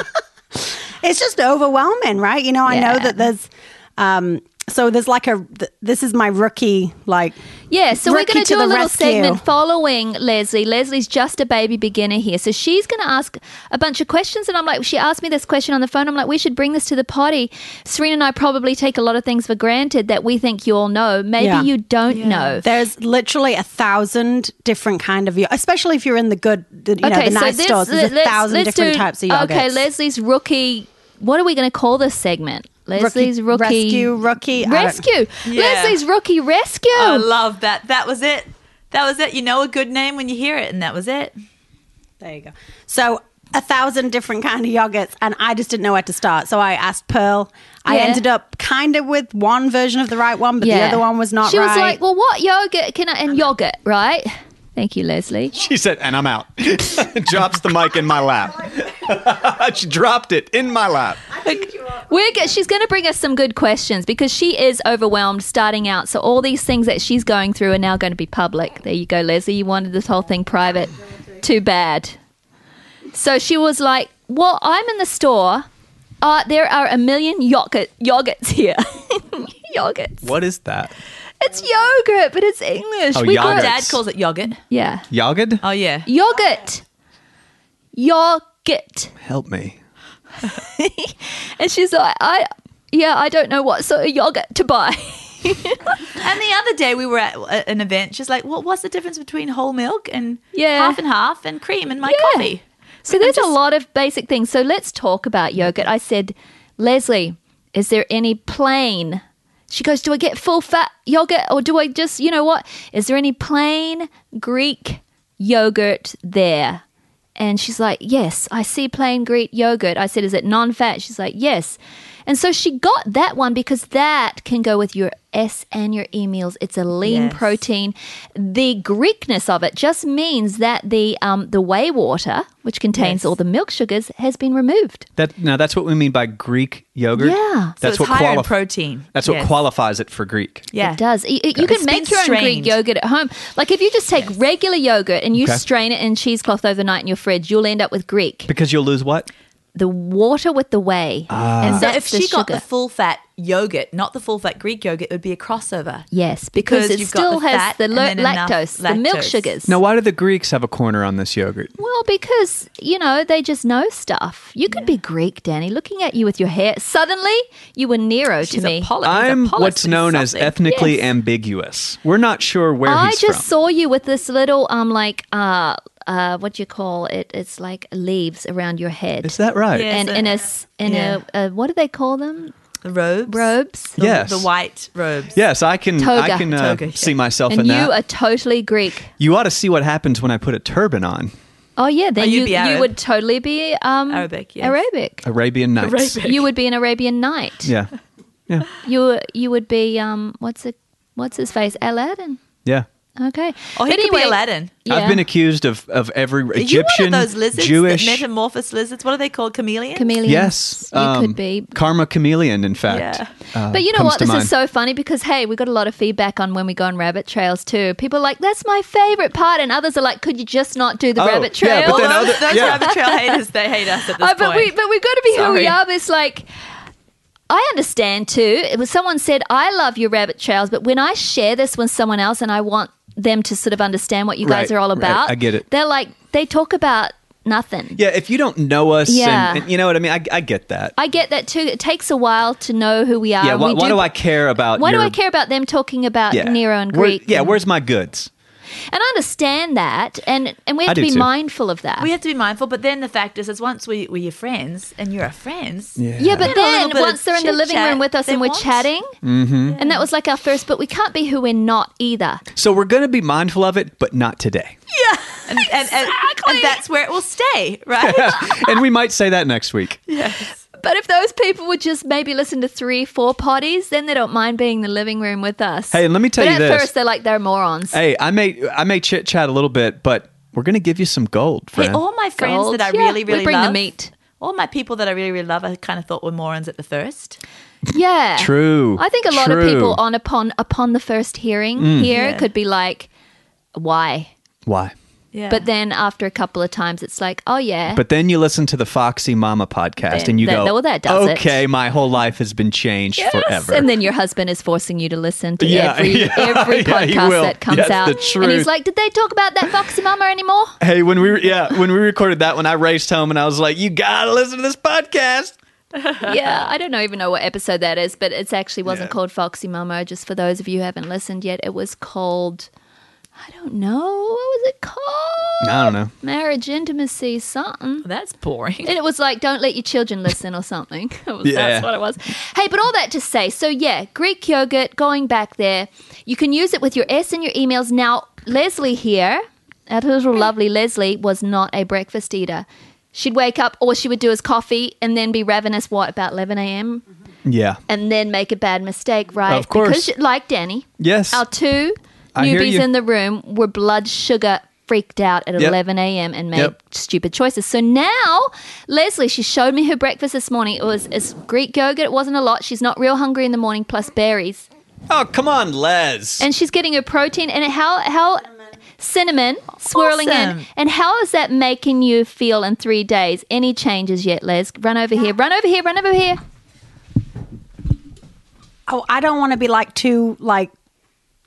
D: it's just overwhelming, right? You know, I know
C: Yeah.
D: that there's, um, so there's like a, th- this is my rookie, like,
C: Yeah, so we're
D: Ricky
C: going to
D: to
C: do
D: the
C: a little
D: rescue.
C: segment following Leslie. Leslie's just a baby beginner here. So she's going to ask a bunch of questions. And I'm like, she asked me this question on the phone. I'm like, we should bring this to the potty. Serena and I probably take a lot of things for granted that we think you all know. Maybe
D: Yeah.
C: you don't know.
D: there's literally a thousand different kind of yoga, especially if you're in the good, the, you know, the nice
C: this-
D: stores. There's a
C: let's-
D: 1000
C: let's
D: different
C: do-
D: types of yoga.
C: Okay, Leslie's rookie. What are we going to call this segment?
D: rookie,
C: Leslie's rookie.
D: rescue, rookie, I don't-
C: Rescue.
A: Yeah.
C: Leslie's rookie rescue.
A: I love that. That was it. That was it. You know a good name when you hear it, and that was it.
D: There you go. So a thousand different kind of yogurts, and I just didn't know where to start. So I asked Pearl. I
C: Yeah.
D: ended up kind of with one version of the right one, but the other one was not
C: She
D: right. Uh-huh.
C: was like, "Well, what yogurt can I?" And yogurt, right? Thank you, Leslie.
B: She said, and I'm out. [LAUGHS] Drops the mic in my lap. [LAUGHS] she dropped it in my lap.
C: We're go- she's going to bring us some good questions because she is overwhelmed starting out. So all these things that she's going through are now going to be public. There you go, Leslie. You wanted this whole thing private. Too bad. So she was like, "Well, I'm in the store. Uh, there are a million yogurt yogurts here. [LAUGHS] yogurts.
B: What is that?
C: It's yogurt, but it's English.
B: Oh,
C: call it-
B: yogurt.
A: Dad calls it yogurt.
C: yeah,
B: Yogad?
A: Oh yeah.
C: yogurt, yogurt."
B: Help me.
C: And she's like, I, yeah, I don't know what sort of yogurt to buy. [LAUGHS]
A: And the other day we were at a- an event. She's like, "What? What's the difference between whole milk and
C: Yeah.
A: half and half and cream in my
C: Yeah.
A: coffee?"
C: So there's a lot of basic things. So let's talk about yogurt. I said, Leslie, is there any plain? She goes, Do I get full fat yogurt or do I just, you know what? Is there any plain Greek yogurt there? And she's like, Yes, I see plain Greek yogurt. I said, Is it non fat? She's like, Yes. And so she got that one because that can go with your S and your E meals. It's a lean
A: Yes.
C: protein. The Greekness of it just means that the um, the whey water, which contains
A: Yes.
C: all the milk sugars, has been removed.
B: That now that's what we mean by Greek yogurt.
C: Yeah. So
B: That's
A: so it's
B: what
A: higher in
B: qualif-
A: protein.
B: That's what
A: Yes.
B: qualifies it for Greek.
A: Yeah.
C: It does. You, you
A: It's
C: can
A: been
C: make your own Greek
A: strained.
C: yogurt at home. Like if you just take regular yogurt and you
B: Okay.
C: strain it in cheesecloth overnight in your fridge, you'll end up with Greek.
B: Because you'll lose what?
C: The water with the whey. and
A: So
C: that's
A: if she
C: the
A: got
C: sugar.
A: Ah. the full fat yogurt, not the full fat Greek yogurt, it would be a crossover.
C: Yes, because,
A: Because
C: it
A: you've got
C: still
A: the
C: has
A: fat
C: the
A: and
C: lo-
A: then enough
C: lactose, the milk
A: lactose.
C: sugars.
B: Now why do the Greeks have a corner on this yogurt?
C: Well, because, you know, they just know stuff. You could be Greek, Danny, looking at you with your hair. Suddenly, you were Nero
A: She's
C: to me.
A: a polyp. he's a
B: I'm
A: polyp
B: what's
A: with
B: known as
A: something.
B: ethnically
C: Yes.
B: ambiguous. We're not sure where
C: I
B: he's
C: just
B: from.
C: saw you with this little, um, like, uh, uh, what do you call it? It's like leaves around your head.
B: Is that right?
A: Yeah.
C: and
A: Yes,
C: in a,
A: uh,
C: s- in
A: yeah.
C: a, uh, what do they call them?
A: The robes.
C: Robes.
A: The,
B: Yes.
A: The white robes.
B: Yes, I can.
C: Toga.
B: I can uh,
A: Toga, yeah.
B: see myself
C: And
B: in
C: you
B: that.
C: are totally Greek.
B: you ought to see what happens when I put a turban on.
C: Oh, yeah. Then
A: Oh, you'd
C: you,
A: be Arab.
C: you would totally be um,
A: Arabic, yes.
C: Arabic.
B: Arabian Nights.
C: You would be an Arabian knight.
B: Yeah, yeah,
C: You you would be um what's it what's his face Aladdin.
B: yeah.
C: Okay.
A: Oh, he
C: But
A: could be Aladdin.
B: I've been accused of of every
A: Are you
B: Egyptian,
A: one of those lizards,
B: Jewish.
A: the metamorphous lizards? What are they called? Chameleon.
C: chameleon.
B: yes,
C: you
B: um,
C: could be.
B: karma chameleon. In fact,
A: Yeah.
B: uh,
C: But you know
B: comes
C: what?
B: to
C: This
B: mind.
C: is so funny because hey, we got a lot of feedback on when we go on rabbit trails too. People are like, "That's my favorite part," and others are like, "Could you just not do the
B: Oh,
C: rabbit trail?"
B: yeah, but then
A: Well,
B: other-
A: those
B: yeah.
A: rabbit trail haters, they hate us at this
C: Oh, but
A: point.
C: we but we got to be who we
A: Sorry.
C: are. But It's like I understand too. It was someone said, I love your rabbit trails, but when I share this with someone else and I want them to sort of understand what you guys
B: Right,
C: are all
B: right.
C: about,
B: I get it.
C: They're like, they talk about nothing.
B: Yeah, if you don't know us, and-
C: Yeah.
B: and, you know what I mean. I, I get that.
C: I get that too. It takes a while to know who Um, we are.
B: yeah, why,
C: we
B: why do I care about?
C: Why do
B: your-
C: I care about them talking about
B: Yeah.
C: Nero and
B: Where-
C: Greek?
B: yeah, where's my goods?
C: and I understand that, and and we have
B: I
C: to
B: do
C: be
B: too.
C: mindful of that.
A: We have to be mindful, but then the fact is, is once we, we're your friends and you're our friends,
C: yeah, but
A: And a little
C: then
A: bit of
C: once they're in the living
A: chit-chat
C: room with us
A: they
C: and we're
A: want.
C: chatting,
B: Mm-hmm.
C: and that was like our first, but we can't be who we're not either.
B: So we're going to be mindful of it, but not
C: [LAUGHS]
B: today.
A: and, and, and, and that's where it will stay, right?
B: and we might say that next week.
C: But if those people would just maybe listen to three, four potties, then they don't mind being in the living room with us.
B: Hey, and let me tell
C: but
B: you
C: at
B: this.
C: first they're like they're morons.
B: Hey, I may I may chit chat a little bit, but we're going to give you some gold,
A: Hey,
B: friend.
A: all my friends
C: Gold.
A: that I
C: Yeah,
A: really, really
C: we bring
A: love,
C: the meat.
A: all my people that I really, really love, I kind of thought were morons at the first.
C: Yeah,
B: True,
C: I think a lot of
B: true. Mm.
C: people on upon upon the first hearing here
A: Yeah.
C: could be like, why?
B: Why?
A: Yeah.
C: But then after a couple of times, it's like, oh yeah,
B: But then you listen to the Foxy Mama podcast,
C: Then-
B: and you
C: that-
B: go,
C: well, that does it.
B: "Okay, my whole life has been changed forever."
C: And then your husband is forcing you to listen to
B: Yeah,
C: every
B: [LAUGHS] yeah,
C: every
B: yeah, he
C: podcast
B: will.
C: that comes
B: That's
C: out,
B: the
C: and
B: truth.
C: he's like, "Did they talk about that Foxy Mama
B: [LAUGHS]
C: anymore?"
B: hey, when we were- yeah, when we recorded that one, I raced home and I was like, "You gotta listen to this podcast."
C: yeah, I don't know, even know what episode that is, but it actually wasn't
B: Yeah.
C: called Foxy Mama. Just for those of you who haven't listened yet, it was called. I don't know what was it called?
B: I don't know.
C: Marriage intimacy, something.
A: that's [LAUGHS] boring.
C: And it was like, don't let your children listen or something. [LAUGHS] It was-
B: Yeah.
C: That's what it was. Hey, but all that to say, so yeah, Greek yogurt, going back there, you can use it with your S in your emails. Now, Leslie here, our little lovely Leslie, was not a breakfast eater. She'd wake up, all she would do is coffee and then be ravenous, what, about 11 a.m.?
B: Yeah.
C: And then make a bad mistake, right?
B: Of course.
C: Because, she- like Danny,
B: Yes.
C: our two
B: I hear
C: newbies
B: you.
C: in the room were blood sugar freaked out at
B: Yep.
C: 11 a.m. and made
B: Yep.
C: stupid choices. So now, Leslie, she showed me her breakfast this morning. It was it's Greek yogurt. It wasn't a lot. She's not real hungry in the morning, plus berries.
B: oh, come on, Les.
C: And she's getting her protein and how how cinnamon swirling in.
A: Awesome.
C: And how is that making you feel in 3 days? Any changes yet, Les? Run over here. Run over here. Run over here.
D: Oh, I don't want to be like too like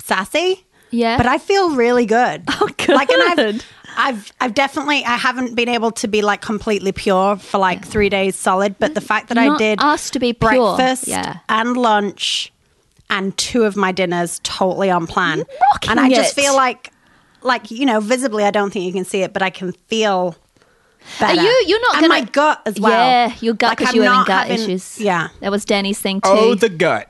D: sassy.
C: Yeah.
D: But I feel
C: [LAUGHS]
D: really good. Oh,
A: good.
D: Like, and I've, I've, I've definitely, I haven't been able to be like completely pure for like three days solid. But the fact that I
C: Not
D: did
C: asked to be pure.
D: breakfast
C: Yeah.
D: and lunch and two of my dinners totally on plan,
C: rocking
D: and I just
C: it.
D: feel like, like you know, visibly, I don't think you can see it, but I can feel. Better.
C: Are you? You're not
D: and
C: gonna,
D: my gut as well.
C: Yeah, your gut
D: Like,
C: because
D: I'm
C: you're having
D: not
C: gut
D: having-
C: issues.
D: Yeah,
C: that was Danny's thing too.
B: oh, the gut.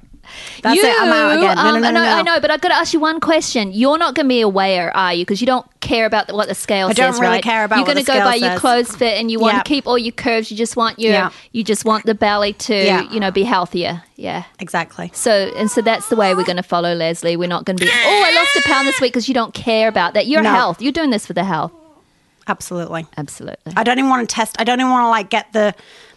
D: that's
C: you,
D: it. I'm out again. No,
C: um,
D: no, no, no,
C: I know, but I've got to ask you one question. You're not going to be a weigher, are you? Because you don't care about what the scale
D: I
C: says,
D: don't really
C: right?
D: care about
C: You're
D: what
C: gonna
D: the
C: go
D: scale
C: by your
D: says.
C: clothes fit, and you want
D: Yeah.
C: to keep all your curves. You just want your,
D: Yeah.
C: you just want the belly to,
D: Yeah.
C: you know, be healthier. Yeah.
D: exactly.
C: So and so that's the way we're going to follow Leslie. We're not going to be. Oh, I lost a pound this week because you don't care about that. Your
D: No.
C: health. You're doing this for the health.
D: Absolutely.
C: Absolutely.
D: I don't even want to test. I don't even want to like get the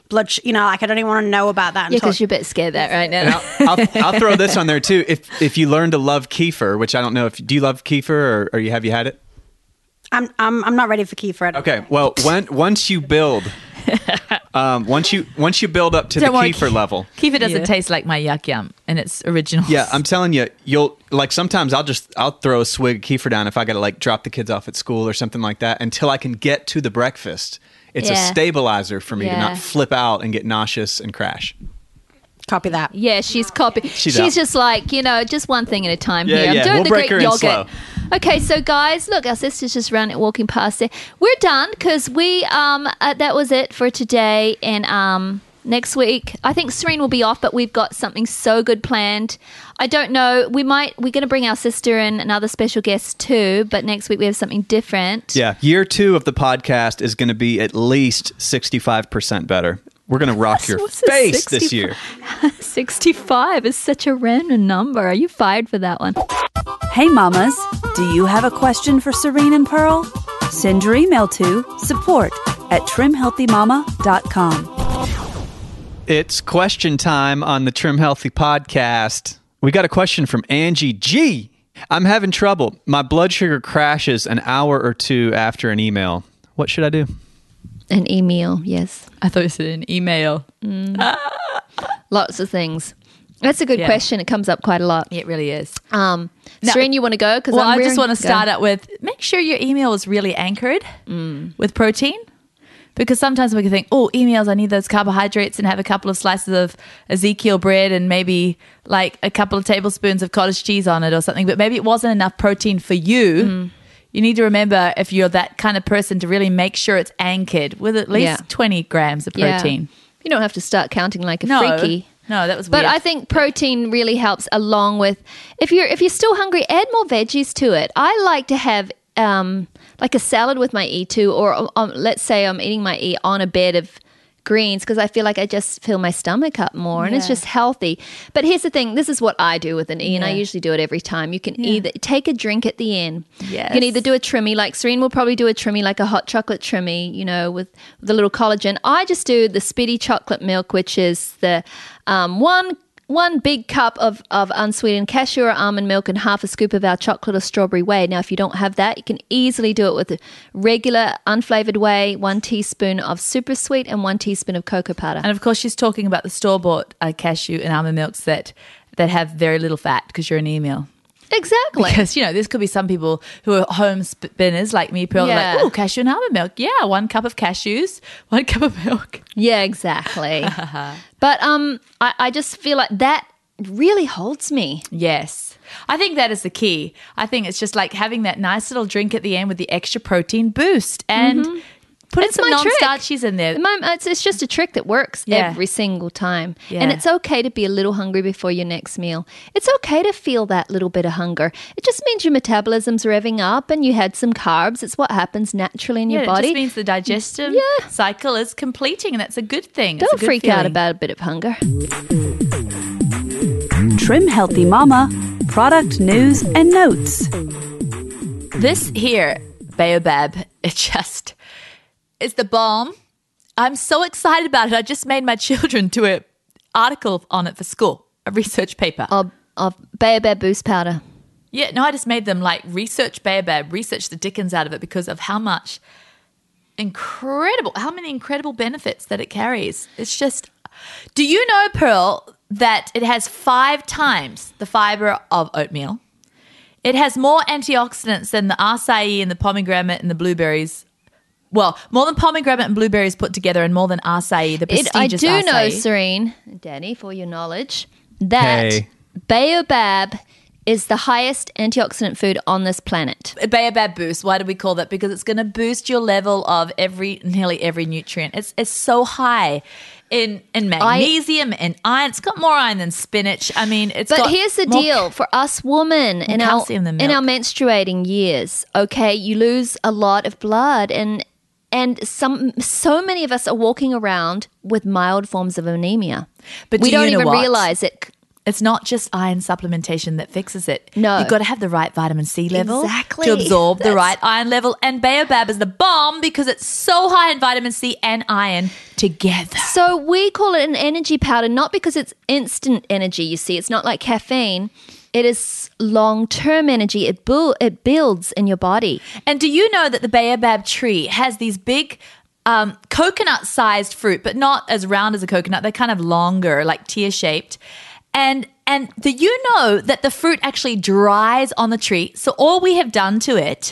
D: blood. Sh- you know, like I don't even want to know about that.
C: Yeah,
D: Until
C: because you're a bit scared that right now.
D: [LAUGHS]
B: I'll, I'll throw this on there too. If if you learn to love kefir, which I don't know if do you love kefir or, or you have you had it?
D: I'm, I'm, I'm not ready for kefir.
B: Okay. Well, when, once you
C: [LAUGHS]
B: build, um, once you once you build up to
A: Don't
B: the
A: worry,
B: kefir
A: Ke-
B: level,
A: Kiva doesn't
C: Yeah.
A: taste like my yuck yum in its original.
B: yeah,
A: [LAUGHS]
B: I'm telling you, you'll like sometimes I'll just I'll throw a swig of kefir down if I got to like drop the kids off at school or something like that until I can get to the breakfast. It's
C: Yeah.
B: a stabilizer for me to
C: Yeah.
B: not flip out and get nauseous and crash.
D: Copy that.
C: Yeah, she's copying. She's,
B: out.
C: just like, you know, just one thing at a time
B: Yeah,
C: here.
B: yeah,
C: I'm doing
B: we'll
C: the
B: break
C: Greek
B: her in
C: yogurt.
B: slow.
C: Okay, so guys, look, our sister's just running, walking past there. We're done because we, um, uh, that was it for today. And, um, next week, I think Serene will be off, but we've got something so good planned. I don't know. We might, we're going to bring our sister and another special guest too, but next week we have something different.
B: Yeah, year two of the podcast is going to be at least sixty five percent better. We're going to
C: [LAUGHS]
B: rock your
C: What's a
B: face this
C: 65?
B: year.
C: 65 is such a random number. Are you fired for that one?
F: Hey mamas, do you have a question for Serene and Pearl? Send your email to support at trimhealthymama.com.
B: It's question time on the Trim Healthy podcast. We got a question from Angie G. I'm having trouble. My blood sugar crashes an hour or two after an email. What should I do?
C: An email, yes.
A: I thought you said an email.
C: Lots of things. That's a good
A: Yeah.
C: question. It comes up quite a lot.
A: It really is.
C: Um, Serene, you want to go? Because
A: Well, I just want to start out with make sure your email is really anchored with protein. Because sometimes we can think, oh, emails, I need those carbohydrates and have a couple of slices of Ezekiel bread and maybe like a couple of tablespoons of cottage cheese on it or something. But maybe it wasn't enough protein for you.
C: Mm.
A: You need to remember if you're that kind of person to really make sure it's anchored with at least
C: Yeah.
A: 20 grams of protein.
C: You don't have to start counting like a
A: No.
C: freaky.
A: No, that was
C: But
A: weird.
C: I think protein really helps along with if you're if you're still hungry, add more veggies to it. I like to have um, like a salad with my E2 or um, let's say I'm eating my E on a bed of greens because I feel like I just fill my stomach up more and it's
A: Yeah.
C: just healthy. But here's the thing, this is what I do with an E and I
A: Yeah.
C: usually do it every time. You can either take a drink at the end. You
A: Yes.
C: can either do a trimmy like Serene will probably do a trimmy like a hot chocolate trimmy, you know, with the little collagen. I just do the spitty chocolate milk, which is the um, one one big cup of, of unsweetened cashew or almond milk and half a scoop of our chocolate or strawberry whey. Now, if you don't have that, you can easily do it with a regular unflavored whey, one teaspoon of super sweet and one teaspoon of cocoa powder.
A: And of course, she's talking about the store bought uh, cashew and almond milks that, that have very little fat because you're an email. [LAUGHS]
C: Exactly.
A: Because you know, this could be some people who are home sp- spinners like me. Probably
C: Yeah.
A: like, oh, cashew and almond milk. Yeah, one cup of cashews, [LAUGHS] one cup of milk.
C: Yeah, exactly. but um, I, I just feel like that really holds me.
A: Yes, I think that is the key. I think it's just like having that nice little drink at the end with the extra protein boost and put
C: Mm-hmm. It's
A: in some
C: my trick.
A: non-starches in there.
C: My- it's, it's just a trick that works
A: Yeah.
C: every single time.
A: Yeah.
C: And it's okay to be a little hungry before your next meal. It's okay to feel that little bit of hunger. It just means your metabolism's revving up and you had some carbs. It's what happens naturally in
A: Yeah,
C: your body.
A: it just means the digestive
C: Yeah.
A: cycle is completing, and that's a good thing. It's a
C: Don't
A: good
C: freak out
A: feeling.
C: about a bit of hunger.
F: Trim Healthy Mama product news and notes.
A: This here, Baobab, it just is the bomb. I'm so excited about it. I just made my [LAUGHS] children do an article on it for school, a research paper.
C: Of, of baobab boost powder.
A: Yeah, no, I just made them like research Baobab, research the dickens out of it because of how much incredible, how many incredible benefits that it carries. It's just, do you know, Pearl, that it has five times the fiber of oatmeal? It has more antioxidants than the acai and the pomegranate and the blueberries. Well, more than pomegranate and blueberries put together, and more than acai, the
C: It, I
A: prestigious
C: do know,
A: acai.
C: Serene, Danny, for your knowledge, that
B: Hey.
C: baobab is the highest antioxidant food on this planet.
A: baobab boost why do we call that because it's going to boost your level of every nearly every nutrient it's it's so high in in magnesium and iron it's got more iron than spinach i mean it's
C: But
A: got
C: here's the
A: more-
C: deal for us women in our
A: calcium than
C: in our
A: milk.
C: menstruating years, okay, you lose a lot of blood and and some so many of us are walking around with mild forms of anemia.
A: But do
C: we
A: you
C: don't
A: know
C: even
A: what?
C: realize it.
A: it's not just iron supplementation that fixes it
C: No.
A: you've got to have the right vitamin c level
C: Exactly.
A: to absorb the
C: That's-
A: right iron level and baobab is the bomb because it's so high in vitamin c and iron together
C: So we call it an energy powder not because it's instant energy, you see. It's not like caffeine. It is long-term energy. It bu- it builds in your body.
A: And do you know that the baobab tree has these big um, coconut sized fruit, but not as round as a coconut? They're kind of longer, like tear shaped. And and do you know that the fruit actually dries on the tree? So all we have done to it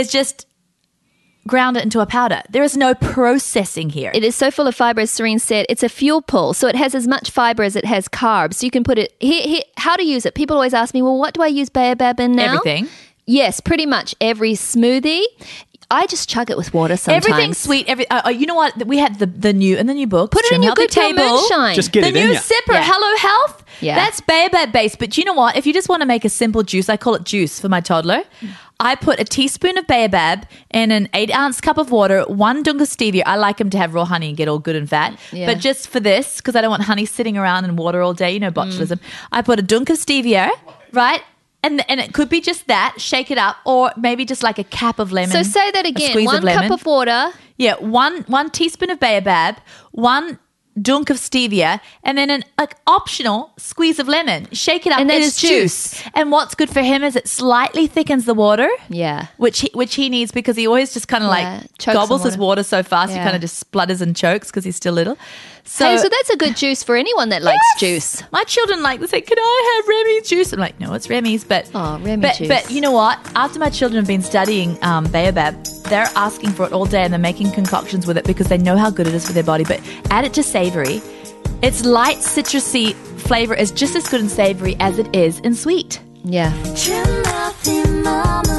A: is just ground it into a powder. There is no processing here.
C: It is so full of fiber, as Serene said. It's a fuel pool, so it has as much fiber as it has carbs. So you can put it. Here, here, how to use it? People always ask me, well, what do I use baobab in now?
A: Everything.
C: Yes, pretty much every smoothie. I just chug it with water sometimes.
A: Everything sweet. Every uh, uh, you know what we had the the new in the new book.
C: Put it in
A: Extreme Healthy
C: your good Till moonshine.
B: Just get
A: the
B: it
A: new
B: in ya.
A: sipper,
C: Yeah.
A: Hello Health.
C: Yeah.
A: That's baobab base. But you know what? If you just want to make a simple juice, I call it juice for my toddler. I put a teaspoon of baobab in an eight ounce cup of water, one dunk of stevia. I like them to have raw honey and get all good and fat.
C: Yeah.
A: But just for this, because I don't want honey sitting around in water all day, you know, botulism. I put a dunk of stevia, right? And, and it could be just that, shake it up, or maybe just like a cap of lemon.
C: So say that
A: a
C: again.
A: squeeze
C: One cup
A: lemon.
C: of water.
A: Yeah, one one teaspoon of baobab, one dunk of stevia, and then an like, optional squeeze of lemon. Shake it up,
C: And
A: it
C: that's
A: is juice. And what's good for him is it slightly thickens the water.
C: Yeah.
A: Which he, which he needs because he always just kind of
C: Yeah,
A: like
C: chokes on
A: gobbles his
C: water.
A: water so fast he
C: Yeah.
A: kind of just splutters and chokes because he's still little. So,
C: hey, so that's a good juice for anyone that likes juice.
A: My children like to say, "Can I have Remy juice?" I'm like, "No, it's Remy's." But
C: Oh, Remy
A: but,
C: juice.
A: But you know what? After my children have been studying um, baobab, they're asking for it all day and they're making concoctions with it because they know how good it is for their body. But add it to savory. Its light citrusy flavor is just as good in savory as it is in sweet.
C: Yeah.
G: Trim healthy mama.